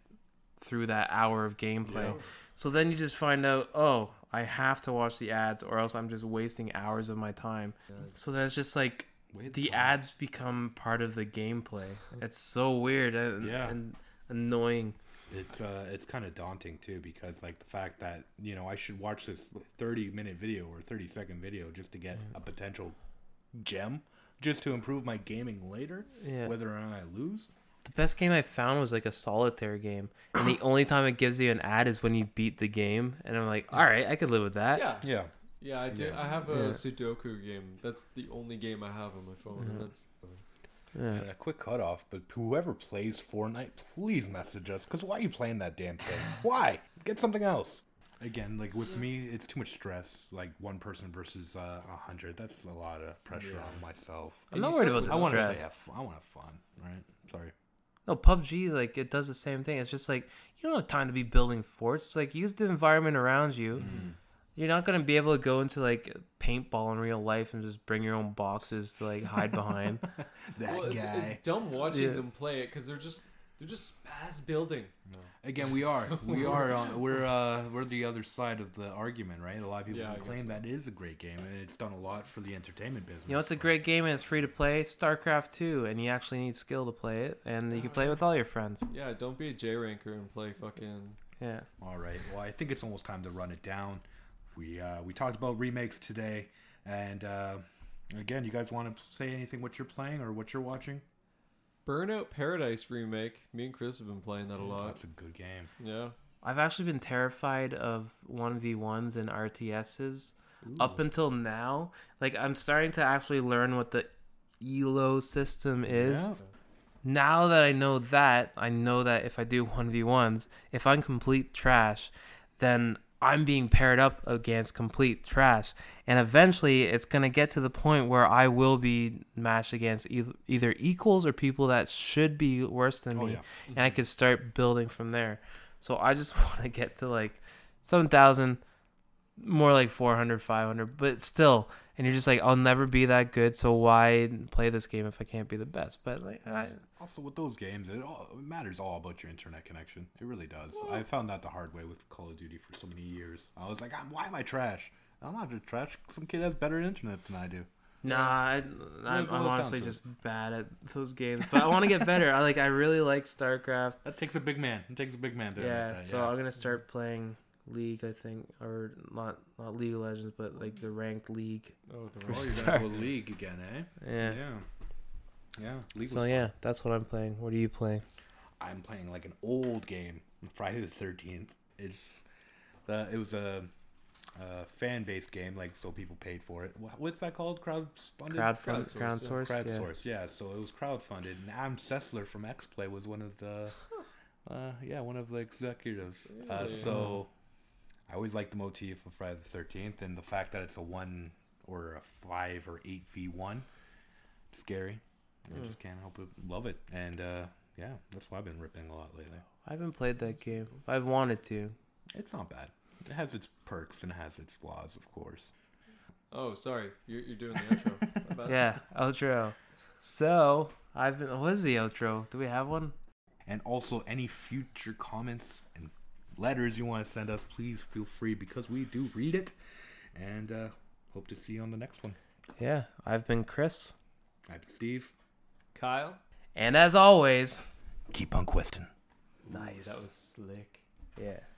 Speaker 3: through that hour of gameplay so then you just find out oh i have to watch the ads or else i'm just wasting hours of my time so then it's just like
Speaker 1: Wait,
Speaker 3: the ads become part of the gameplay. It's so weird and,
Speaker 1: Yeah.
Speaker 3: and annoying.
Speaker 1: It's uh, it's kind of daunting too because like the fact that you know I should watch this thirty minute video or thirty second video just to get a potential gem, just to improve my gaming later,
Speaker 3: Yeah.
Speaker 1: whether or not I lose.
Speaker 3: The best game I found was like a solitaire game, and the only time it gives you an ad is when you beat the game. And I'm like, all right, I could live with that.
Speaker 2: Yeah.
Speaker 1: Yeah,
Speaker 2: Yeah, I do. I have a
Speaker 3: Yeah.
Speaker 2: Sudoku game. That's the only game I have on my phone,
Speaker 3: Mm-hmm.
Speaker 2: and that's
Speaker 3: Yeah.
Speaker 1: and a quick cutoff. But whoever plays Fortnite, please message us because why are you playing that damn thing? why get something else? Again, like with me, it's too much stress. Like one person versus uh, a hundred, that's a lot of pressure on myself.
Speaker 3: I'm
Speaker 2: And
Speaker 3: not
Speaker 2: you
Speaker 3: worried
Speaker 2: said
Speaker 3: about
Speaker 2: it
Speaker 3: the
Speaker 1: I want to play.
Speaker 3: stress.
Speaker 1: a f- I want to fun, right? Sorry.
Speaker 3: No, PUBG like it does the same thing. It's just like you don't have time to be building forts. Like use the environment around you. You're not gonna be able to go into like paintball in real life and just bring your own boxes to like hide behind.
Speaker 1: That
Speaker 2: well, it's, it's dumb watching
Speaker 3: Yeah.
Speaker 2: them play it because they're just they're just spaz building.
Speaker 1: Again, we are we are on, we're uh, we're the other side of the argument, right? A lot of people
Speaker 2: Yeah, I guess
Speaker 1: claim that it is a great game and it's done a lot for the entertainment business.
Speaker 3: you know, it's a great game and it's free to play. StarCraft 2, and you actually need skill to play it, and you can play it with all your friends.
Speaker 2: Yeah, don't be a J ranker and play fucking.
Speaker 3: Yeah.
Speaker 1: All right. Well, I think it's almost time to run it down. We uh, we talked about remakes today, and uh, again, you guys want to say anything what you're playing or what you're watching?
Speaker 2: Burnout Paradise remake. Me and Chris have been playing that a lot.
Speaker 1: That's a good game.
Speaker 2: Yeah. Oh,
Speaker 3: I've actually been terrified of 1v1s and RTSs up until now. Like, I'm starting to actually learn what the ELO system is.
Speaker 1: Yeah.
Speaker 3: Now that I know that, I know that if I do 1v1s, if I'm complete trash, then I'm being paired up against complete trash. And eventually, it's going to get to the point where I will be matched against eith- either equals or people that should be worse than
Speaker 1: Oh,
Speaker 3: me.
Speaker 1: yeah.
Speaker 3: And I could start building from there. So I just want to get to like 7,000, more like 400, 500, but still. And you're just like, I'll never be that good, so why play this game if I can't be the best? But like, I,
Speaker 1: Also, with those games, it, all, it matters all about your internet connection. It really does. I found that the hard way with Call of Duty for so many years. I was like, I'm, why am I trash? I'm not just trash. Some kid has better internet than I do.
Speaker 3: Nah, I, I'm,
Speaker 1: boils
Speaker 3: I'm
Speaker 1: down
Speaker 3: honestly
Speaker 1: to.
Speaker 3: just bad at those games, but I want to get better. I like, I really like StarCraft.
Speaker 1: That takes a big man. It takes a big man to
Speaker 3: Yeah, Mm-hmm.
Speaker 1: admit that,
Speaker 3: so I'm gonna start playing League, I think, or not not League of Legends, but like the ranked league.
Speaker 2: Oh, the
Speaker 1: Oh,
Speaker 2: wrong-
Speaker 1: you're
Speaker 3: Sorry.
Speaker 1: gonna go league again, eh?
Speaker 3: Yeah.
Speaker 1: Yeah. Yeah. League
Speaker 3: So
Speaker 1: was-
Speaker 3: yeah, that's what I'm playing. What are you playing?
Speaker 1: I'm playing like an old game, Friday the Thirteenth. It's the it was a, a fan based game, like so people paid for it. Wha- What's that called? Crowdfunded.
Speaker 3: Crowd crowd
Speaker 2: crowdsourced,
Speaker 3: crowd
Speaker 2: yeah.
Speaker 3: source. Yeah.
Speaker 1: Crowdsourced, yeah. So it was crowdfunded, and Adam Sessler from XPlay was one of the, uh, yeah, one of the executives. Uh,
Speaker 2: Really?
Speaker 1: so I always like the motif of Friday the Thirteenth, and the fact that it's a one or a five or eight v one, scary. I just
Speaker 3: Hmm.
Speaker 1: can't help but love it, and uh, yeah, that's why I've been ripping a lot lately.
Speaker 3: I haven't played that game. I've wanted to.
Speaker 1: It's not bad. It has its perks and it has its flaws, of course.
Speaker 2: Oh, sorry. You're, you're doing the outro. My bad.
Speaker 3: Yeah, outro. So I've been. What is the outro? Do we have one?
Speaker 1: And also, any future comments and letters you want to send us, please feel free because we do read it. And uh, hope to see you on the next one.
Speaker 3: Yeah, I've been Chris,
Speaker 1: I've been Steve.
Speaker 2: Kyle.
Speaker 3: and as always,
Speaker 1: Keep on questing.
Speaker 2: Nice. That was slick.
Speaker 3: yeah.